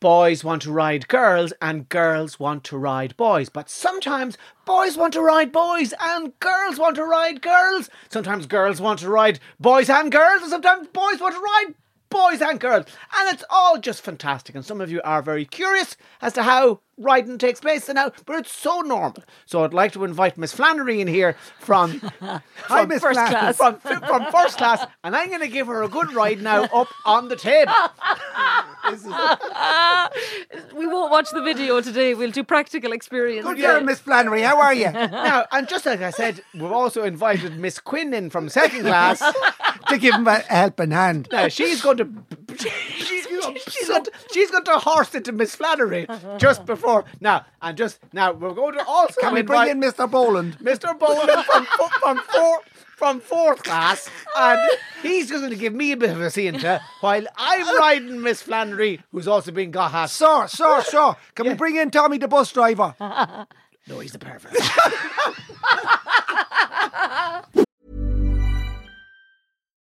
A: boys want to ride girls and girls want to ride boys. But sometimes, boys want to ride boys and girls want to ride girls. Sometimes, girls want to ride boys and girls, and sometimes, boys want to ride boys and girls. And it's all just fantastic. And some of you are very curious as to how riding takes place and how, but it's so normal. So I'd like to invite Miss Flannery in here from, from
C: Hi, Miss
A: first
C: Flannery.
A: class. From, from first class. And I'm going to give her a good ride now up on the table.
B: we won't watch the video today. We'll do practical experience.
C: Good girl, Miss Flannery. How are you?
A: Now, and just like I said, we've also invited Miss Quinn in from second class.
C: to give him a helping hand.
A: Now she's going to she's, she's, going to, she's going to horse it to Miss Flannery just before now, and just now we're going to also
C: Can we bring
A: invite
C: in Mr. Boland?
A: Mr. Bowman from fo- from four from fourth class, and he's going to give me a bit of a center while I'm riding Miss Flannery, who's also been got half.
C: Sir, sir, sir. Can we bring in Tommy the bus driver?
A: Uh-huh. no, he's the pervert.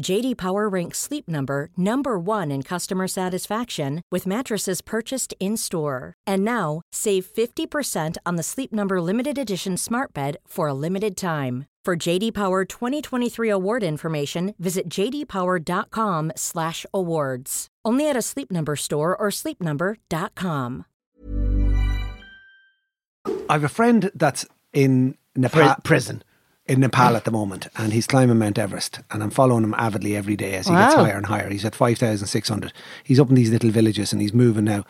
E: JD Power ranks Sleep Number number 1 in customer satisfaction with mattresses purchased in-store. And now, save 50% on the Sleep Number limited edition Smart Bed for a limited time. For JD Power 2023 award information, visit jdpower.com/awards. Only at a Sleep Number store or sleepnumber.com.
C: I have a friend that's in Nepal
A: prison.
C: In Nepal at the moment, and he's climbing Mount Everest, and I'm following him avidly every day as he gets
B: Wow.
C: higher and higher. He's at five thousand six hundred. He's up in these little villages, and he's moving now.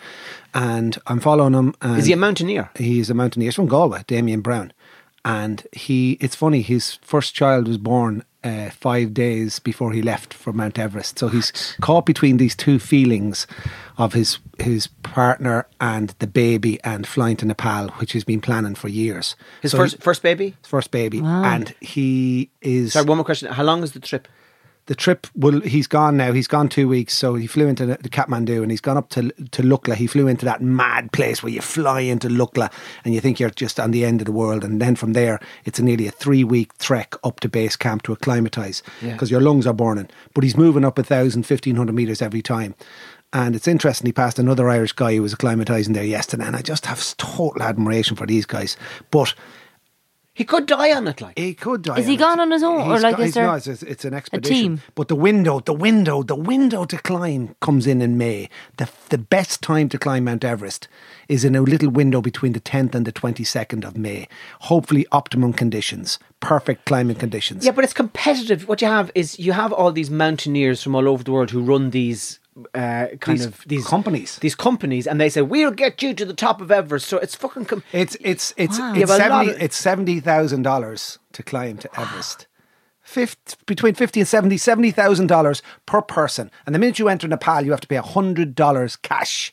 C: And I'm following him. And
A: Is he a mountaineer?
C: He's a mountaineer. He's from Galway, Damien Brown. And he, it's funny, his first child was born uh, five days before he left for Mount Everest. So he's caught between these two feelings of his his partner and the baby and flying to Nepal, which he's been planning for years.
A: His
C: So
A: first
C: he-
A: first baby.
C: his first baby. And he is.
A: Sorry, one more question. How long is the trip?
C: the trip will he's gone now he's gone two weeks so he flew into the the Kathmandu and he's gone up to to Lukla he flew into that mad place where you fly into Lukla and you think you're just on the end of the world and then from there it's a nearly a three week trek up to base camp to acclimatise because your lungs are burning but he's moving up a thousand, fifteen hundred metres every time and it's interesting, he passed another Irish guy who was acclimatising there yesterday. And I just have total admiration for these guys. But
A: He could die on it, like.
C: he could die.
B: Is he
C: on it.
B: gone on his own, or
C: He's
B: like
C: go-
B: is
C: he's
B: there
C: not, it's, it's an expedition.
B: team?
C: But the window, the window, the window to climb comes in in May. The the best time to climb Mount Everest is in a little window between the 10th and the 22nd of May. Hopefully, optimum conditions, perfect climbing conditions.
A: Yeah, but it's competitive. What you have is you have all these mountaineers from all over the world who run these uh, kind
C: These
A: of these
C: companies.
A: These companies, and they say we'll get you to the top of Everest. So it's fucking. Com-
C: It's it's it's
A: Wow. You
C: it's
A: have a lot
C: seventy
A: of-
C: it's seventy thousand dollars to climb to Everest. Fifth, between fifty and seventy, seventy thousand dollars per person. And the minute you enter Nepal, you have to pay hundred dollars cash.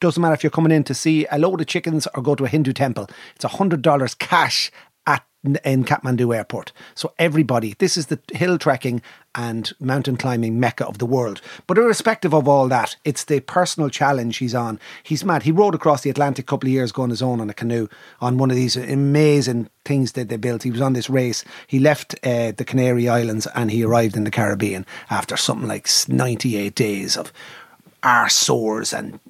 C: Doesn't matter if you're coming in to see a load of chickens or go to a Hindu temple. It's hundred dollars cash at in Kathmandu airport. So everybody, this is the hill trekking and mountain climbing mecca of the world. But irrespective of all that, it's the personal challenge he's on. He's mad. He rode across the Atlantic a couple of years ago on his own on a canoe on one of these amazing things that they built. He was on this race. He left uh, the Canary Islands and he arrived in the Caribbean after something like 98 days of are sores and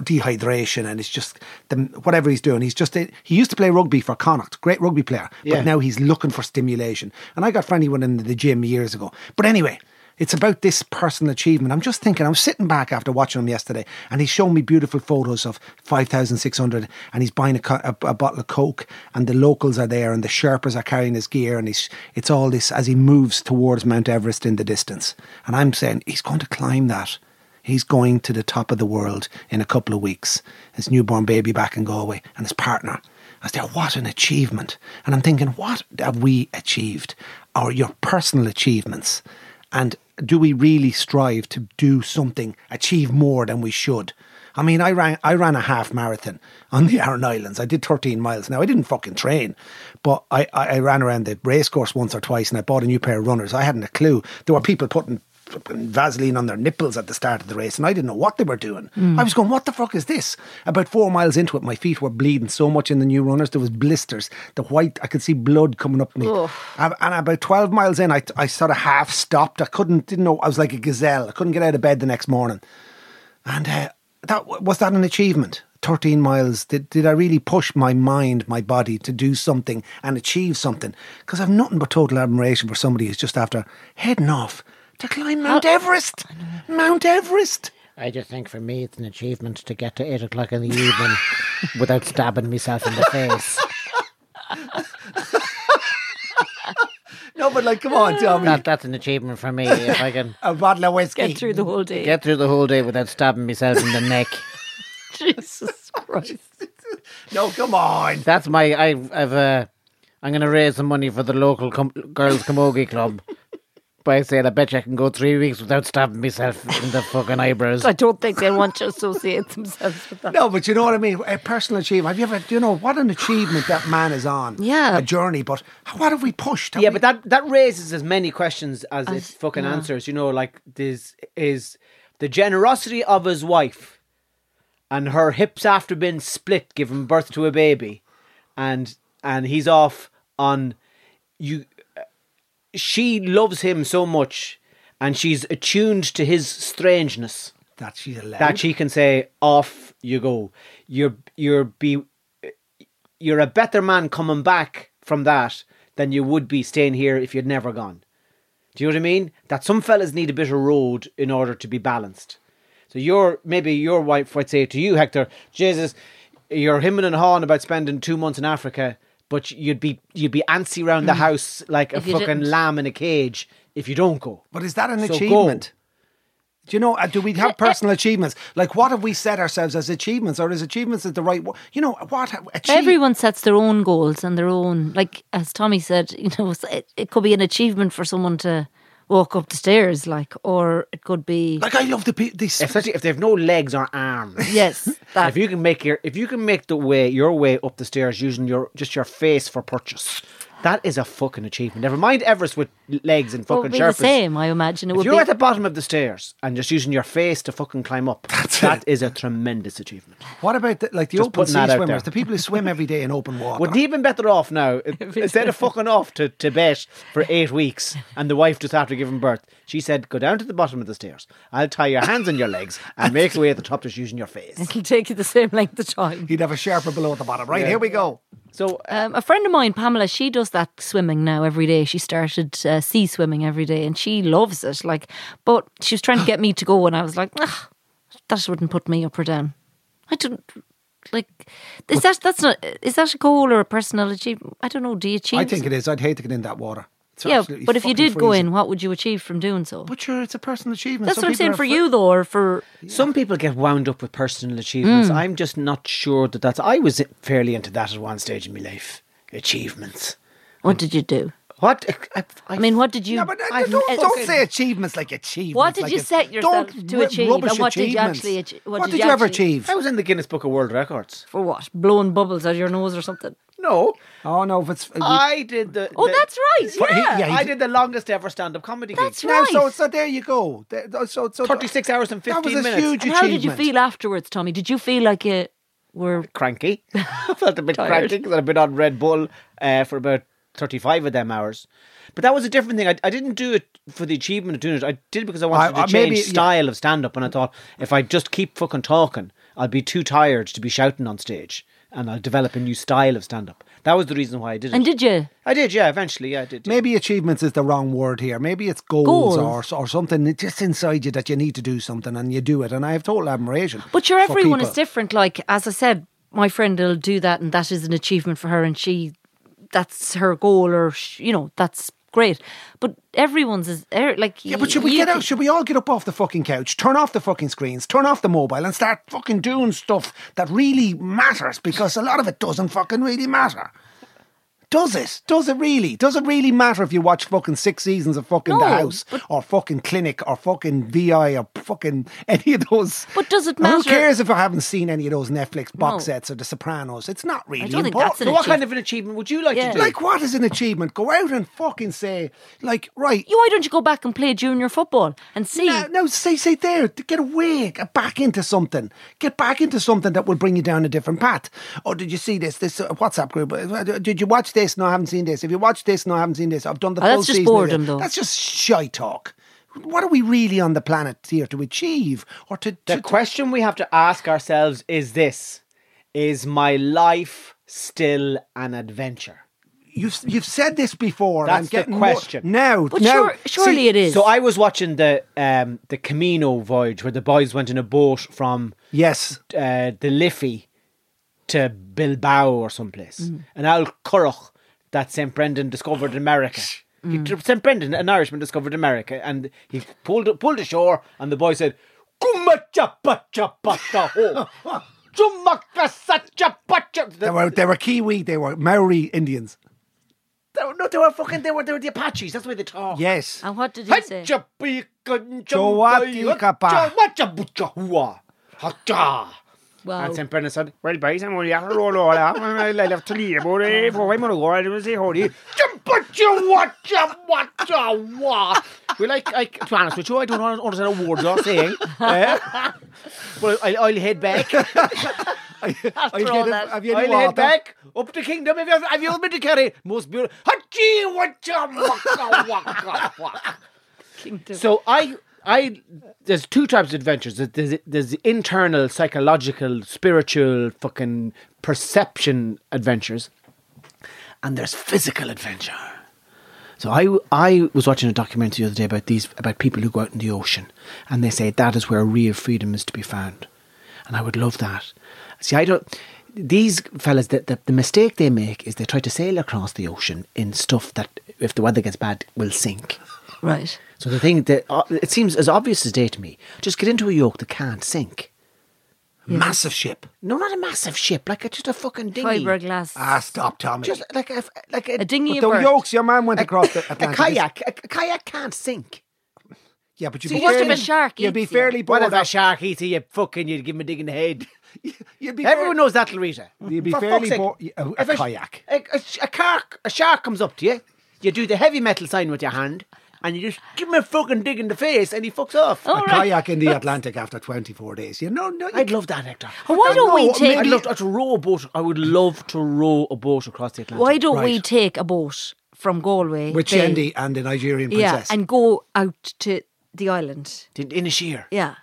C: dehydration and it's just the, whatever he's doing he's just he used to play rugby for Connacht great rugby player
A: Yeah.
C: but now he's looking for stimulation and I got friendly one in the gym years ago but anyway it's about this personal achievement I'm just thinking I was sitting back after watching him yesterday and he's showing me beautiful photos of 5,600 and he's buying a, co- a, a bottle of coke and the locals are there and the Sherpas are carrying his gear and he's it's all this as he moves towards Mount Everest in the distance and I'm saying he's going to climb that He's going to the top of the world in a couple of weeks. His newborn baby back in Galway and his partner. I said, what an achievement. And I'm thinking, what have we achieved? Or your personal achievements? And do we really strive to do something, achieve more than we should? I mean, I ran, I ran a half marathon on the Aran Islands. I did 13 miles. Now, I didn't fucking train, but I, I, I ran around the racecourse once or twice and I bought a new pair of runners. I hadn't a clue. There were people putting flipping Vaseline on their nipples at the start of the race, and I didn't know what they were doing. I was going, "What the fuck is this?" About four miles into it, my feet were bleeding so much in the new runners there was blisters. The white, I could see blood coming up me. And, and about twelve miles in, I, I sort of half stopped. I couldn't, didn't know. I was like a gazelle. I couldn't get out of bed the next morning. And uh, that was that an achievement? 13 miles. Did, did I really push my mind, my body to do something and achieve something? Because I've nothing but total admiration for somebody who's just after heading off to climb Mount Everest. Mount Everest.
A: I just think for me it's an achievement to get to eight o'clock in the evening without stabbing myself in the face.
C: No, but like, come on, Tommy.
A: That, that's an achievement for me if I can
C: a bottle of whiskey.
B: Get through the whole day.
A: get through the whole day without stabbing myself in the neck.
B: Jesus Christ.
C: No, come on.
A: That's my I, I've uh, I'm going to raise some money for the local com- girls camogie club by saying I bet you I can go three weeks without stabbing myself in the fucking eyebrows.
B: I don't think they want to associate themselves with that.
C: No, but you know what I mean. A personal achievement. Have you ever? Do you know what an achievement that man is on?
B: Yeah.
C: a journey. But what have we pushed? Have
A: Yeah,
C: we-
A: but that that raises as many questions as, it fucking answers. You know, like this is the generosity of his wife and her hips after being split, giving birth to a baby, and and he's off on you. She loves him so much, and she's attuned to his strangeness
C: that she's allowed.
A: that she can say, "Off you go." You're you're be you're a better man coming back from that than you would be staying here if you'd never gone. Do you know what I mean? That some fellas need a bit of road in order to be balanced. So your maybe your wife would say to you, Hector, Jesus, you're hemming and hawing about spending two months in Africa, but you'd be you'd be antsy round the house like a
B: Mm. If you
A: fucking
B: didn't.
A: lamb in a cage if you don't go.
C: But is that an
A: So go.
C: achievement? Do you know? uh, Do we have personal achievements? Like, what have we set ourselves as achievements, or is achievements is the right? wo- You know what? ha- Achieve-
B: Everyone sets their own goals and their own, like as Tommy said, you know, it's- it, it could be an achievement for someone to walk up the stairs, like, or it could be
C: Like, I love the pe- this.
A: Especially if they've no legs or arms.
B: yes, that
A: if you can make your if you can make the way your way up the stairs using your just your face for purchase, that is a fucking achievement. Never mind Everest with legs and
B: Well,
A: fucking
B: it'd be
A: sherpas.
B: the same. I imagine it
A: If
B: would
A: you're
B: be.
A: at the bottom of the stairs and just using your face to fucking climb up, That's
C: it.
A: a tremendous achievement.
C: what about the, like the
A: Just
C: open
A: putting
C: sea
A: that out
C: swimmers,
A: there.
C: the people who swim every day in open water?
A: Would he have been better off now if- instead of fucking off to Tibet for eight weeks and the wife just after giving birth? She said, "Go down to the bottom of the stairs. I'll tie your hands and your legs and make the way at the top just using your face."
B: It'll take you the same length of time.
C: He'd have a sharper below at the bottom. Right here we go.
A: So
B: Um, a friend of mine, Pamela, she does that swimming now every day. She started uh, sea swimming every day, and she loves it. Like, but she was trying to get me to go, and I was like, "Ugh, that wouldn't put me up or down. I don't like. Is that that's not is that a goal or a personal achievement? I don't know. Do you achieve?
C: I think it is. I'd hate to get in that water. It's
B: yeah,
C: absolutely
B: but if you
C: fucking
B: did go
C: freezing.
B: in, what would you achieve from doing so?
C: but sure, it's a personal achievement.
B: That's
C: Some
B: what I'm saying
C: people are
B: for
C: fr-
B: you, though, or for
A: Some people get wound up with personal achievements.
B: Hmm.
A: I'm just not sure that that's. I was fairly into that at one stage in my life. Achievements.
B: what did you do?
A: What? I, I-
B: I mean, what did you?
C: Yeah, but uh,
B: I've-
C: don't,
B: it's-
C: don't say achievements like achievements.
B: What did
C: like
B: you
C: it's-
B: set yourself
C: don't
B: to
C: ru-
B: achieve,
C: rubbish
B: and what did you
C: achievements.
B: actually achie-
C: What, did, you, ever
B: actually-
C: achieve?
A: I was in the Guinness Book of World Records.
B: For what? Blowing bubbles out of your nose or something?
A: No,
C: Oh no, if it's
A: I did the.
B: Oh,
A: the-
B: that's right.
C: But he-
B: Yeah.
C: yeah, he
A: I
C: did-
A: did the longest ever stand-up comedy gig.
B: That's
C: Now,
B: right.
C: so so there you go. There- So, so
A: 36 hours and
C: That was
A: 15
C: a
A: minutes.
C: huge
B: and
C: achievement.
B: how did you feel afterwards, Tommy? Did you feel like you were?
A: cranky. I felt a bit
B: Tired.
A: cranky because I'd been on Red Bull uh, for about 35 of them hours. But that was a different thing. I, I didn't do it for the achievement of doing it. I did it because I wanted
C: I-
A: to
C: I-
A: change
C: maybe-
A: style of stand up. And I thought, if I just keep fucking talking, I'll be too tired to be shouting on stage. And I'll develop a new style of stand up. That was the reason why I did it.
B: And did you?
A: I did, yeah, eventually. Yeah, I did.
C: Maybe achievements is the wrong word here. Maybe it's goals,
B: Goals.
C: or or something that just inside you that you need to do something and you do it. And I have total admiration.
B: But sure,
C: for
B: everyone is
C: people.
B: different. Like as I said, my friend will do that, and that is an achievement for her, and she, that's her goal, or sh- you know, that's great. But everyone's is er, like
C: Yeah, but should we get out? Should we all get up off the fucking couch, turn off the fucking screens, turn off the mobile, and start fucking doing stuff that really matters? Because a lot of it doesn't fucking really matter. Does it? Does it really? Does it really matter if you watch fucking six seasons of fucking The
B: No,
C: House or fucking Clinic or fucking VI or fucking any of those?
B: But does it
C: Who
B: matter-
C: cares if I haven't seen any of those Netflix box
B: No.
C: sets or The Sopranos? It's not really
B: I don't think
C: important.
B: that's an
A: What kind
B: achievement.
A: of an achievement would you like to
B: Yeah.
A: do?
C: Like, what is an achievement? Go out and fucking say, like, right.
B: You, why don't you go back and play junior football and see?
C: No, no, say, say there. Get away. Get back into something. Get back into something that will bring you down a different path. Oh, did you see this? This uh, WhatsApp group. Uh, Did you watch this? No, I haven't seen this. If you watch this, no, I haven't seen this. I've done the
B: Oh,
C: full
B: that's just
C: season of
B: boredom,
C: it.
B: though.
C: That's just shy talk. What are we really on the planet here to achieve or to?
A: The
C: to-
A: question we have to ask ourselves is this Is my life still an adventure?
C: you've you've said this before.
A: That's
C: I'm
A: the
C: getting
A: question.
C: More, now,
B: But
C: now,
B: sure, surely
C: see,
B: it is.
A: So I was watching the um, the Camino voyage where the boys went in a boat from
C: Yes,
A: uh, the Liffey to Bilbao or someplace.
B: Mm-hmm.
A: And Al Curragh that St. Brendan discovered in America. He-
B: Mm.
A: St. Brendan, an Irishman, discovered America and he pulled pulled ashore and the boy said, "Cuma chapa chapa ta ho. Chuma kasa chapa cha-"
C: they were they were Kiwi. They were Maori Indians.
A: They were- No, they were fucking, they were, they were the Apaches. That's the way they talk.
C: Yes,
B: and what did he say?
A: And
B: Wow.
A: St. Brendan said, Well, boys, I'm only after all all out. I left to leave, but eh, for I'm going to go, I didn't say holy. But you what, you what, you what? Well, I, I, to be honest with you, I don't understand a word you're saying. Eh? Well, I'll, I'll head back.
C: Are you
B: all
C: getting-
B: that,
C: have you any
A: I'll head
C: water?
A: back up the kingdom. Have you, have you been to Kerry? Most beautiful. Hachi, what, you waka, waka, waka. So I, I, there's two types of adventures. There's- There's there's the internal, psychological, spiritual, fucking perception adventures, and there's physical adventure. So I, I was watching a documentary the other day about these about people who go out in the ocean, and they say that is where real freedom is to be found, and I would love that. See, I don't. These fellas, the, the, the mistake they make is they try to sail across the ocean in stuff that, if the weather gets bad, will sink.
B: right.
A: So the thing that uh, it seems as obvious as day to me, just get into a yoke that can't sink.
C: massive ship.
A: No, not a massive ship, like a, just a fucking dinghy.
B: Fiberglass.
C: Ah, stop, Tommy.
A: Just like a like a,
B: a dinghy
C: The
B: of birth.
C: yokes, your man went across the
A: a
C: Atlantic.
A: kayak. A, a kayak can't sink.
C: Yeah, but you'd
A: So
C: be
A: you must have
C: fairly,
B: a shark
C: You'd be
B: eats you.
C: fairly bored.
A: Whatever
C: Up,
A: shark eater, you fucking you'd give him a dig in the head.
C: you'd be
A: Everyone
C: fair-
A: knows that, Loretta.
C: You'd be
A: For fuck's
C: fairly
A: sake.
C: bo- a- a
A: If sh-
C: kayak.
A: A, a, sh- a, shark, a shark comes up to you. You do the heavy metal sign with your hand, and you just give him a fucking dig in the face, and he fucks
B: Oh,
A: off.
C: A kayak in the Atlantic after 24 days. You know, no, you
A: I'd love that, Hector.
B: why don't we
C: know,
B: take?
A: I'd love to, to row a boat. I would love to row a boat across the Atlantic.
B: why don't we
C: Right.
B: take a boat from Galway
C: with
B: Bay,
C: Shendi and the Nigerian
B: yeah,
C: princess.
B: and go out to the island?
A: In, in a sheer.
B: Yeah,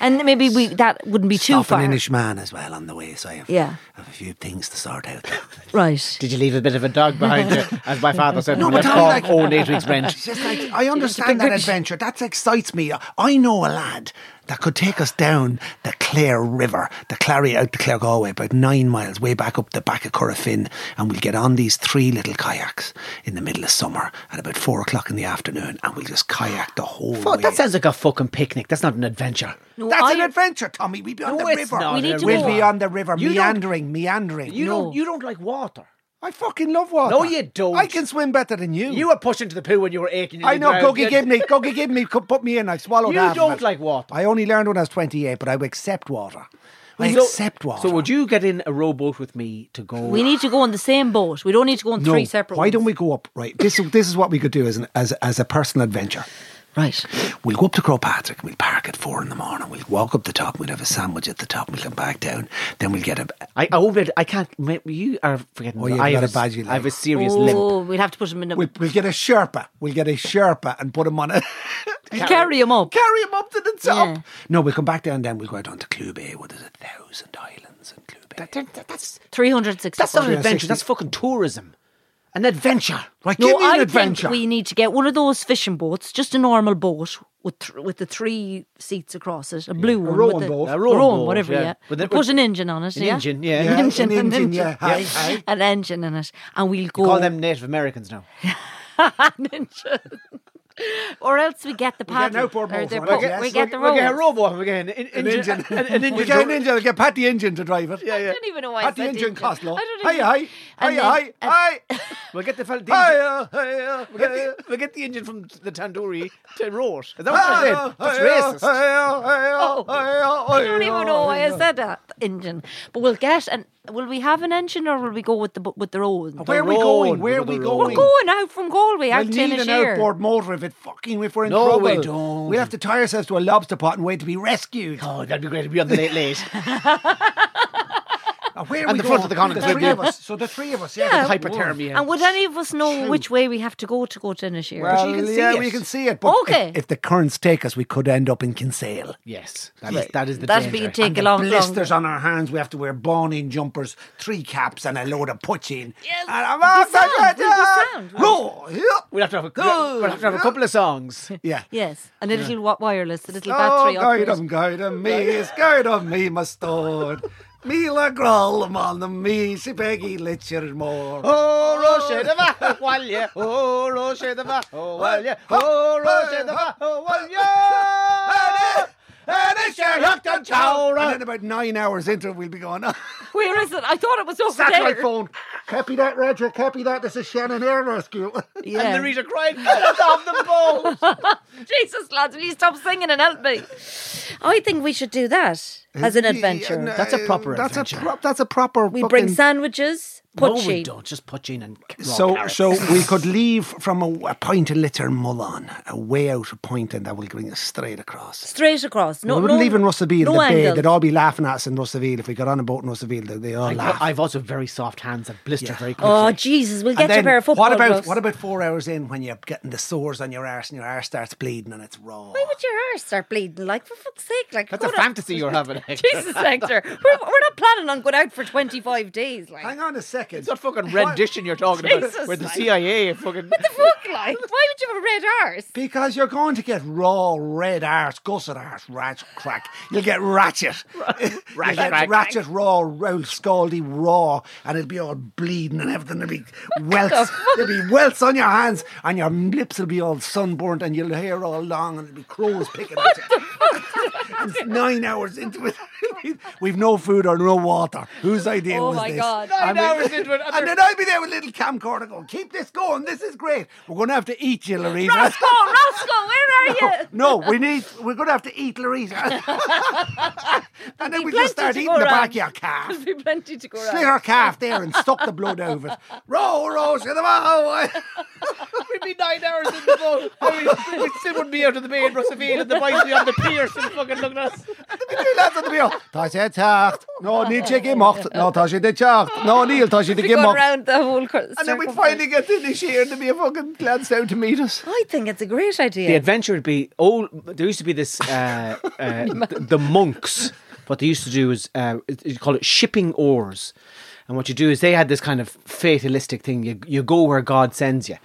B: and maybe we that wouldn't be too
C: Stop
B: far.
C: an English man as well on the way, so I have,
B: Yeah.
C: I have a few things to sort out.
B: Right.
A: Did you leave a bit of a dog behind you? As my father said, no,
C: but
A: let's
C: I'm
A: call
C: like-
A: old Atrix
C: It's
A: Brent.
C: just like, I understand that adventure. That excites me. I know a lad that could take us down the Clare River, the Clary out to Claregalway, about nine miles, way back up the back of Currafin, and we'll get on these three little kayaks in the middle of summer at about four o'clock in the afternoon, and we'll just kayak the whole
A: Fuck,
C: way.
A: that sounds like a fucking picnic. That's not an adventure.
B: No,
C: That's an
B: I-
C: adventure, Tommy. We'd be on
A: No,
C: the
A: it's
C: river.
A: not. We
B: need to
C: we'll
B: go
C: be
B: on.
C: on the river,
A: You don't-
C: meandering, meandering.
A: You
C: No.
A: don't. You don't like water.
C: I fucking love water.
A: No, you don't.
C: I can swim better than you.
A: You were pushing to the pool when you were eight. And you
C: I know.
A: drowned.
C: Gogi gave me. Gogi gave me. co- Put me in. I swallowed.
A: You
C: half of
A: don't
C: it.
A: like water.
C: I only learned when I was twenty-eight, but I would accept water. I
A: So-
C: accept water.
A: So would you get in a rowboat with me to go?
B: We need to go on the same boat. We don't need to go on
C: No.
B: three separate.
C: Why don't
B: ones.
C: we go up? Right. This is this is what we could do as an, as as a personal adventure.
B: Right.
C: We'll go up to Crowpatrick. We'll park at four in the morning. We'll walk up the top. We'll have a sandwich at the top. We'll come back down. Then we'll get a.
A: I, I won't be. able- I can't. ma- You are forgetting.
C: Oh, you've
A: I
C: got
A: have
C: a bad you
A: I have a
C: like.
A: serious limp.
B: Oh, we'd have to put him in a
C: We'll, we'll get a Sherpa. We'll get a Sherpa and put him on a.
B: carry him up.
C: Carry him up to the top.
B: Yeah.
C: No, we'll come back down. Then we'll go out onto Clue Bay, where there's a thousand islands in Clue Bay.
A: That- that- that's
B: Three hundred
A: that's not an
B: sixty-five.
A: adventure.
C: 360.
A: That's fucking tourism. An adventure.
C: Right,
B: No,
C: give me an
B: I
C: adventure.
B: think we need to get one of those fishing boats, just a normal boat with th- with the three seats across it, a blue one,
C: rowing
B: with
C: boat.
B: a,
A: A rowing
B: rowing,
A: boat,
B: whatever.
A: yeah.
B: Yeah,
A: With a-
B: And put
A: with-
B: an engine on it.
A: An
B: yeah?
A: engine, yeah.
C: Yeah,
B: an engine,
C: an
B: an
C: engine,
B: engine,
C: yeah. Aye, aye.
B: an engine in it, and we'll go
A: Call them Native Americans now.
B: an engine. Or else we get the
C: get an
B: paddle.
C: outboard
B: or
C: boat
B: the
C: for it,
B: boat.
C: yes.
B: We
C: We'll
B: get the
A: We'll get a
B: rope.
A: rowboat. We get an, an,
C: an
A: engine.
C: engine.
A: An, an
C: we
A: engine.
C: get an
A: row-
C: engine. Get Pat the engine to drive it.
B: I don't even know why I
C: Pat the
B: said
C: engine cost,
B: I
C: love.
B: don't
C: Hi, hi,
B: And
C: hi,
B: then-
C: hi, hi.
A: We'll get the fella. The engine,
C: Hiya, hiya,
A: we'll, get
C: hiya.
A: the, we'll get the engine from the tandoori to roar. Is that what you're saying? That's racist.
B: Oh, I don't even know why I said that engine. But we'll get and will we have an engine or will we go with the bu- with the road?
C: Where are we
A: road,
C: going? Where are we
A: the
B: We're
A: road.
C: Oh, going?
B: going out from Galway,
C: We'll
B: out to
C: need an
B: Inishere.
C: outboard motor if it fucking if we're in
A: No,
C: trouble.
A: we don't.
C: We'll have to tie ourselves to a lobster pot and wait to be rescued.
A: Oh, that'd be great to be on the late late.
C: Now, where are
A: And
C: we
A: the front of
C: going?
A: the Connacht,
C: The three
A: we'll
C: of
A: be-
C: us. So the three of us. Yeah.
B: Yeah.
A: Hypothermia.
B: And would any of us know which way we have to go to go to Inishere?
C: Well,
A: you can see
C: yeah,
A: it.
C: we can see it. But
B: Okay.
C: if, if the currents take us, we could end up in Kinsale.
A: yes, that is, that is the
B: That'd
A: danger.
B: be take a long, long.
C: Blisters on our hands. We have to wear bawning jumpers, three caps, and a load of putching.
B: Yes,
C: And I'm
B: we'll be
C: off the
B: sound, we'll be
C: jet.
B: sound.
C: Go, yeah.
A: We'll have to have a, we'll have to have a couple of songs.
C: Yeah.
B: Yes, and a little wi- wireless, a little
C: Oh,
B: battery.
C: guide
B: upgrade.
C: him, guide him, me, is guide him, me, my stone. Me la growl him on the me, she beggy litcher more.
A: Oh, Roche the va, well, yeah. Oh, Roche the va, oh, well, yeah. Oh, Roche the va, oh, well, yeah.
C: And it's your luck to chow.
A: Chowra.
C: And then about nine hours into it, we'll be going,
B: Where is it? I thought it was over
C: satellite
B: there.
C: phone. Copy that, Roger, copy that. This is Shannon Air Rescue.
B: Yeah.
A: And the reader cried, get us off the boat.
B: Jesus, lads, will you stop singing and help me? I think we should do that as an adventure.
C: And, uh,
A: That's a proper
C: that's
A: adventure.
C: A pro- that's a proper.
B: we bring
C: fucking-
B: sandwiches,
A: No, we
B: putchie.
A: don't. Just putching and raw
C: So,
A: carrots.
C: so we could leave from a, a point to Litter Mullan, a way out of point, and that will bring us straight across.
B: Straight across. No,
C: we wouldn't
B: no,
C: leave in
B: no
C: Russellville, the bay.
B: angle.
C: They'd all be laughing at us in Russellville. If we got on a boat in Russellville, they, they all
A: I,
C: laugh.
A: I've also very soft hands that blister very quickly.
B: Oh, Jesus, we'll
C: And
B: get you a
C: then
B: pair of football
C: what about
B: gloves.
C: what about four hours in when you're getting the sores on your arse and your arse starts bleeding and it's raw?
B: Why would your arse start bleeding? Like, for fuck's sake. Like,
A: That's a
B: go to-
A: fantasy you're having, eh? Hector.
B: Jesus, Hector. We're, we're not planning on going out for 25 days. Like,
C: Hang on a second.
A: It's not fucking rendition you're talking
B: Jesus,
A: about. Where the
B: like-
A: CIA fucking.
B: fuck, like, why would you have a red arse?
C: Because you're going to get raw, red arse, gusset arse, ratchet crack. You'll get ratchet. You'll get
A: crack.
C: ratchet raw, raw, scaldy raw, and it'll be all bleeding and everything. There'll be welts. There'll be welts on your hands, and your lips will be all sunburnt, and your hair all long, and it'll be crows picking at you. it's nine hours into it. We've no food or no water. Whose idea
B: Oh
C: was
B: my
C: this?
B: God.
A: Nine
C: And we-
A: hours into it, and
C: and
A: they're-
C: then I'll be there with a little camcorder going, keep this going, this is great. We're going to have to eat you, Larissa.
B: Roscoe, Roscoe, where are you?
C: No, we need. We're going to have to eat Larisa. and then we just
B: plenty
C: start
B: to
C: eating
B: go
C: the back
B: round.
C: of your calf.
B: There'll be plenty to go around.
C: Slit her calf there and suck the blood out of it. Row, row, to the bow.
A: We'd be nine hours in the boat. I mean, we still wouldn't be out of the bay in Rossaville and the boys would be on the pier still fucking looking at us.
C: Two lads on the wheel. Tá sé teacht. No, níl sé gemacht. No, tá sé de teacht. No, níl tá sé de
B: We've gone
C: gemacht.
B: around the whole cor-
C: And then we'd
B: circle.
C: finally get to the sheer and there'd be a fucking lads down to meet us.
B: I think it's a great idea.
A: The adventure would be old. There used to be this, uh, uh, th- the monks. What they used to do is uh, you call it shipping oars, and what you do is they had this kind of fatalistic thing. You you go where God sends you.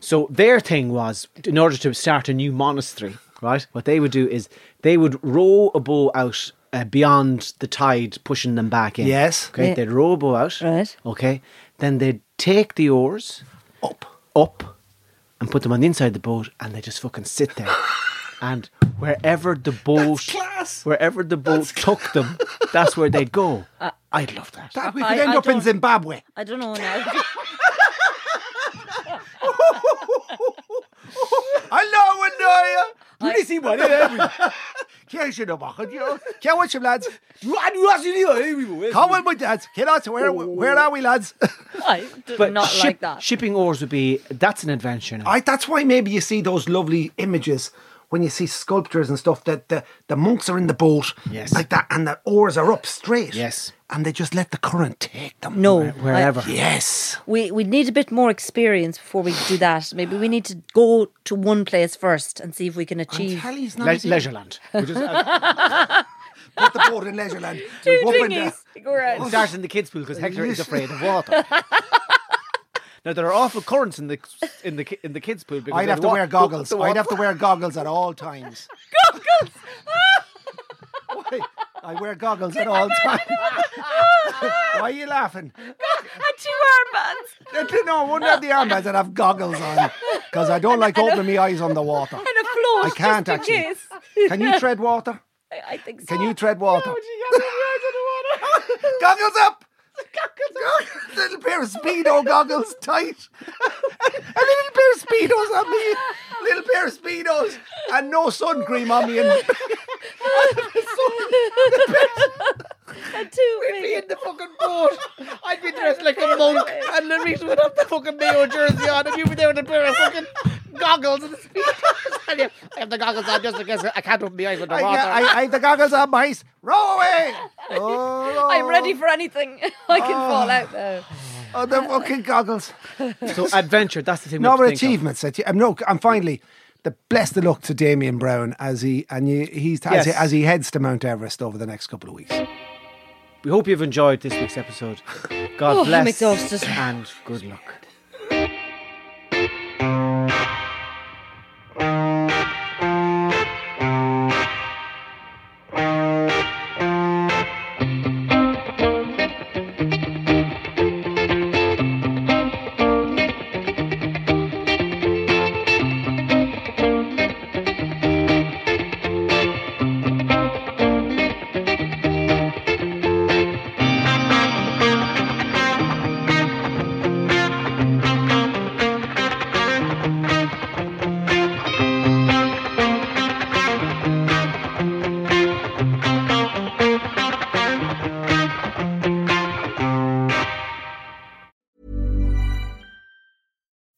A: So their thing was in order to start a new monastery, right? What they would do is they would row a bow out. Uh, beyond the tide pushing them back in.
C: Yes.
A: Okay.
B: Yeah.
A: They'd row a bow out.
B: Right.
A: Okay. Then they'd take the oars
C: Up.
A: up and put them on the inside of the boat and they just fucking sit there. and wherever the boat
C: class.
A: wherever the boat took them, that's where they'd go.
C: Uh,
A: I'd love that.
C: Dad, we
B: I-
C: could end
B: I
C: up in
B: don't-
C: Zimbabwe.
B: I don't know now.
C: Hello, Anaya. You see what I Can you know what you? Can watch him, lads. Come on, my dads. Get out. Where, where are we, lads?
B: I do not
A: ship-
B: like that.
A: Shipping oars would be that's an adventure now.
C: I, that's why maybe you see those lovely images when you see sculptures and stuff that the, the monks are in the boat
A: Yes.
C: like that and the oars are up straight.
A: Yes.
C: And they just let the current take them.
B: no,
A: Wherever.
B: I-
C: Yes.
B: we we need a bit more experience before we do that. Maybe we need to go to one place first and see if we can achieve.
C: Tell he's
A: Le-
C: not easy.
A: Leisureland. We just- uh,
C: Put the boat in Leisureland.
B: Two
C: We'll go in there.
B: dinghies to go around.
A: Start in the kids' pool because Hector is afraid of water. now there are awful currents in the in the ki- in the kids' pool. Because
C: I'd
A: they'd
C: have to
A: wa-
C: wear goggles.
A: the wa-
C: I'd have to wear goggles at all times. Goggles! I wear goggles at all times. Why are you laughing?
B: And two armbands
C: No, I wouldn't have the armbands and have goggles on because I don't like opening my eyes on the water.
B: and a float.
C: I can't
B: just in
C: actually.
B: Case.
C: Can you tread water?
B: I, I think so.
C: Can you tread water?
B: No, you got your eyes on the water.
C: Goggles up! Goggles! a little pair of Speedo goggles tight, a little pair of Speedos on me, a little pair of Speedos, and no sun cream on me. And
B: And two
A: I'd be
B: big-
A: in the fucking boat. I'd be dressed like a monk, and Larissa would have the fucking Mayo jersey on, and you'd be there with a pair of fucking goggles and speakers. And you- I have the goggles on just in case I can't open the eyes with the
C: I,
A: water.
C: I, I have the goggles on, mice. Row away! Oh,
B: I'm ready for anything. I can fall out though.
C: Oh, the fucking goggles.
A: so adventure, that's the thing.
C: No,
A: we
C: but
A: have to think of.
C: achievements. That you, um, no, and finally, the bless the luck to Damien Brown as he and he, he's as, he,
A: Yes.
C: as he heads to Mount Everest over the next couple of weeks.
A: We hope you've enjoyed this week's episode. God
B: Oh, I'm
A: bless.
B: exhausted.
A: And good luck.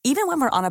F: Even when we're on a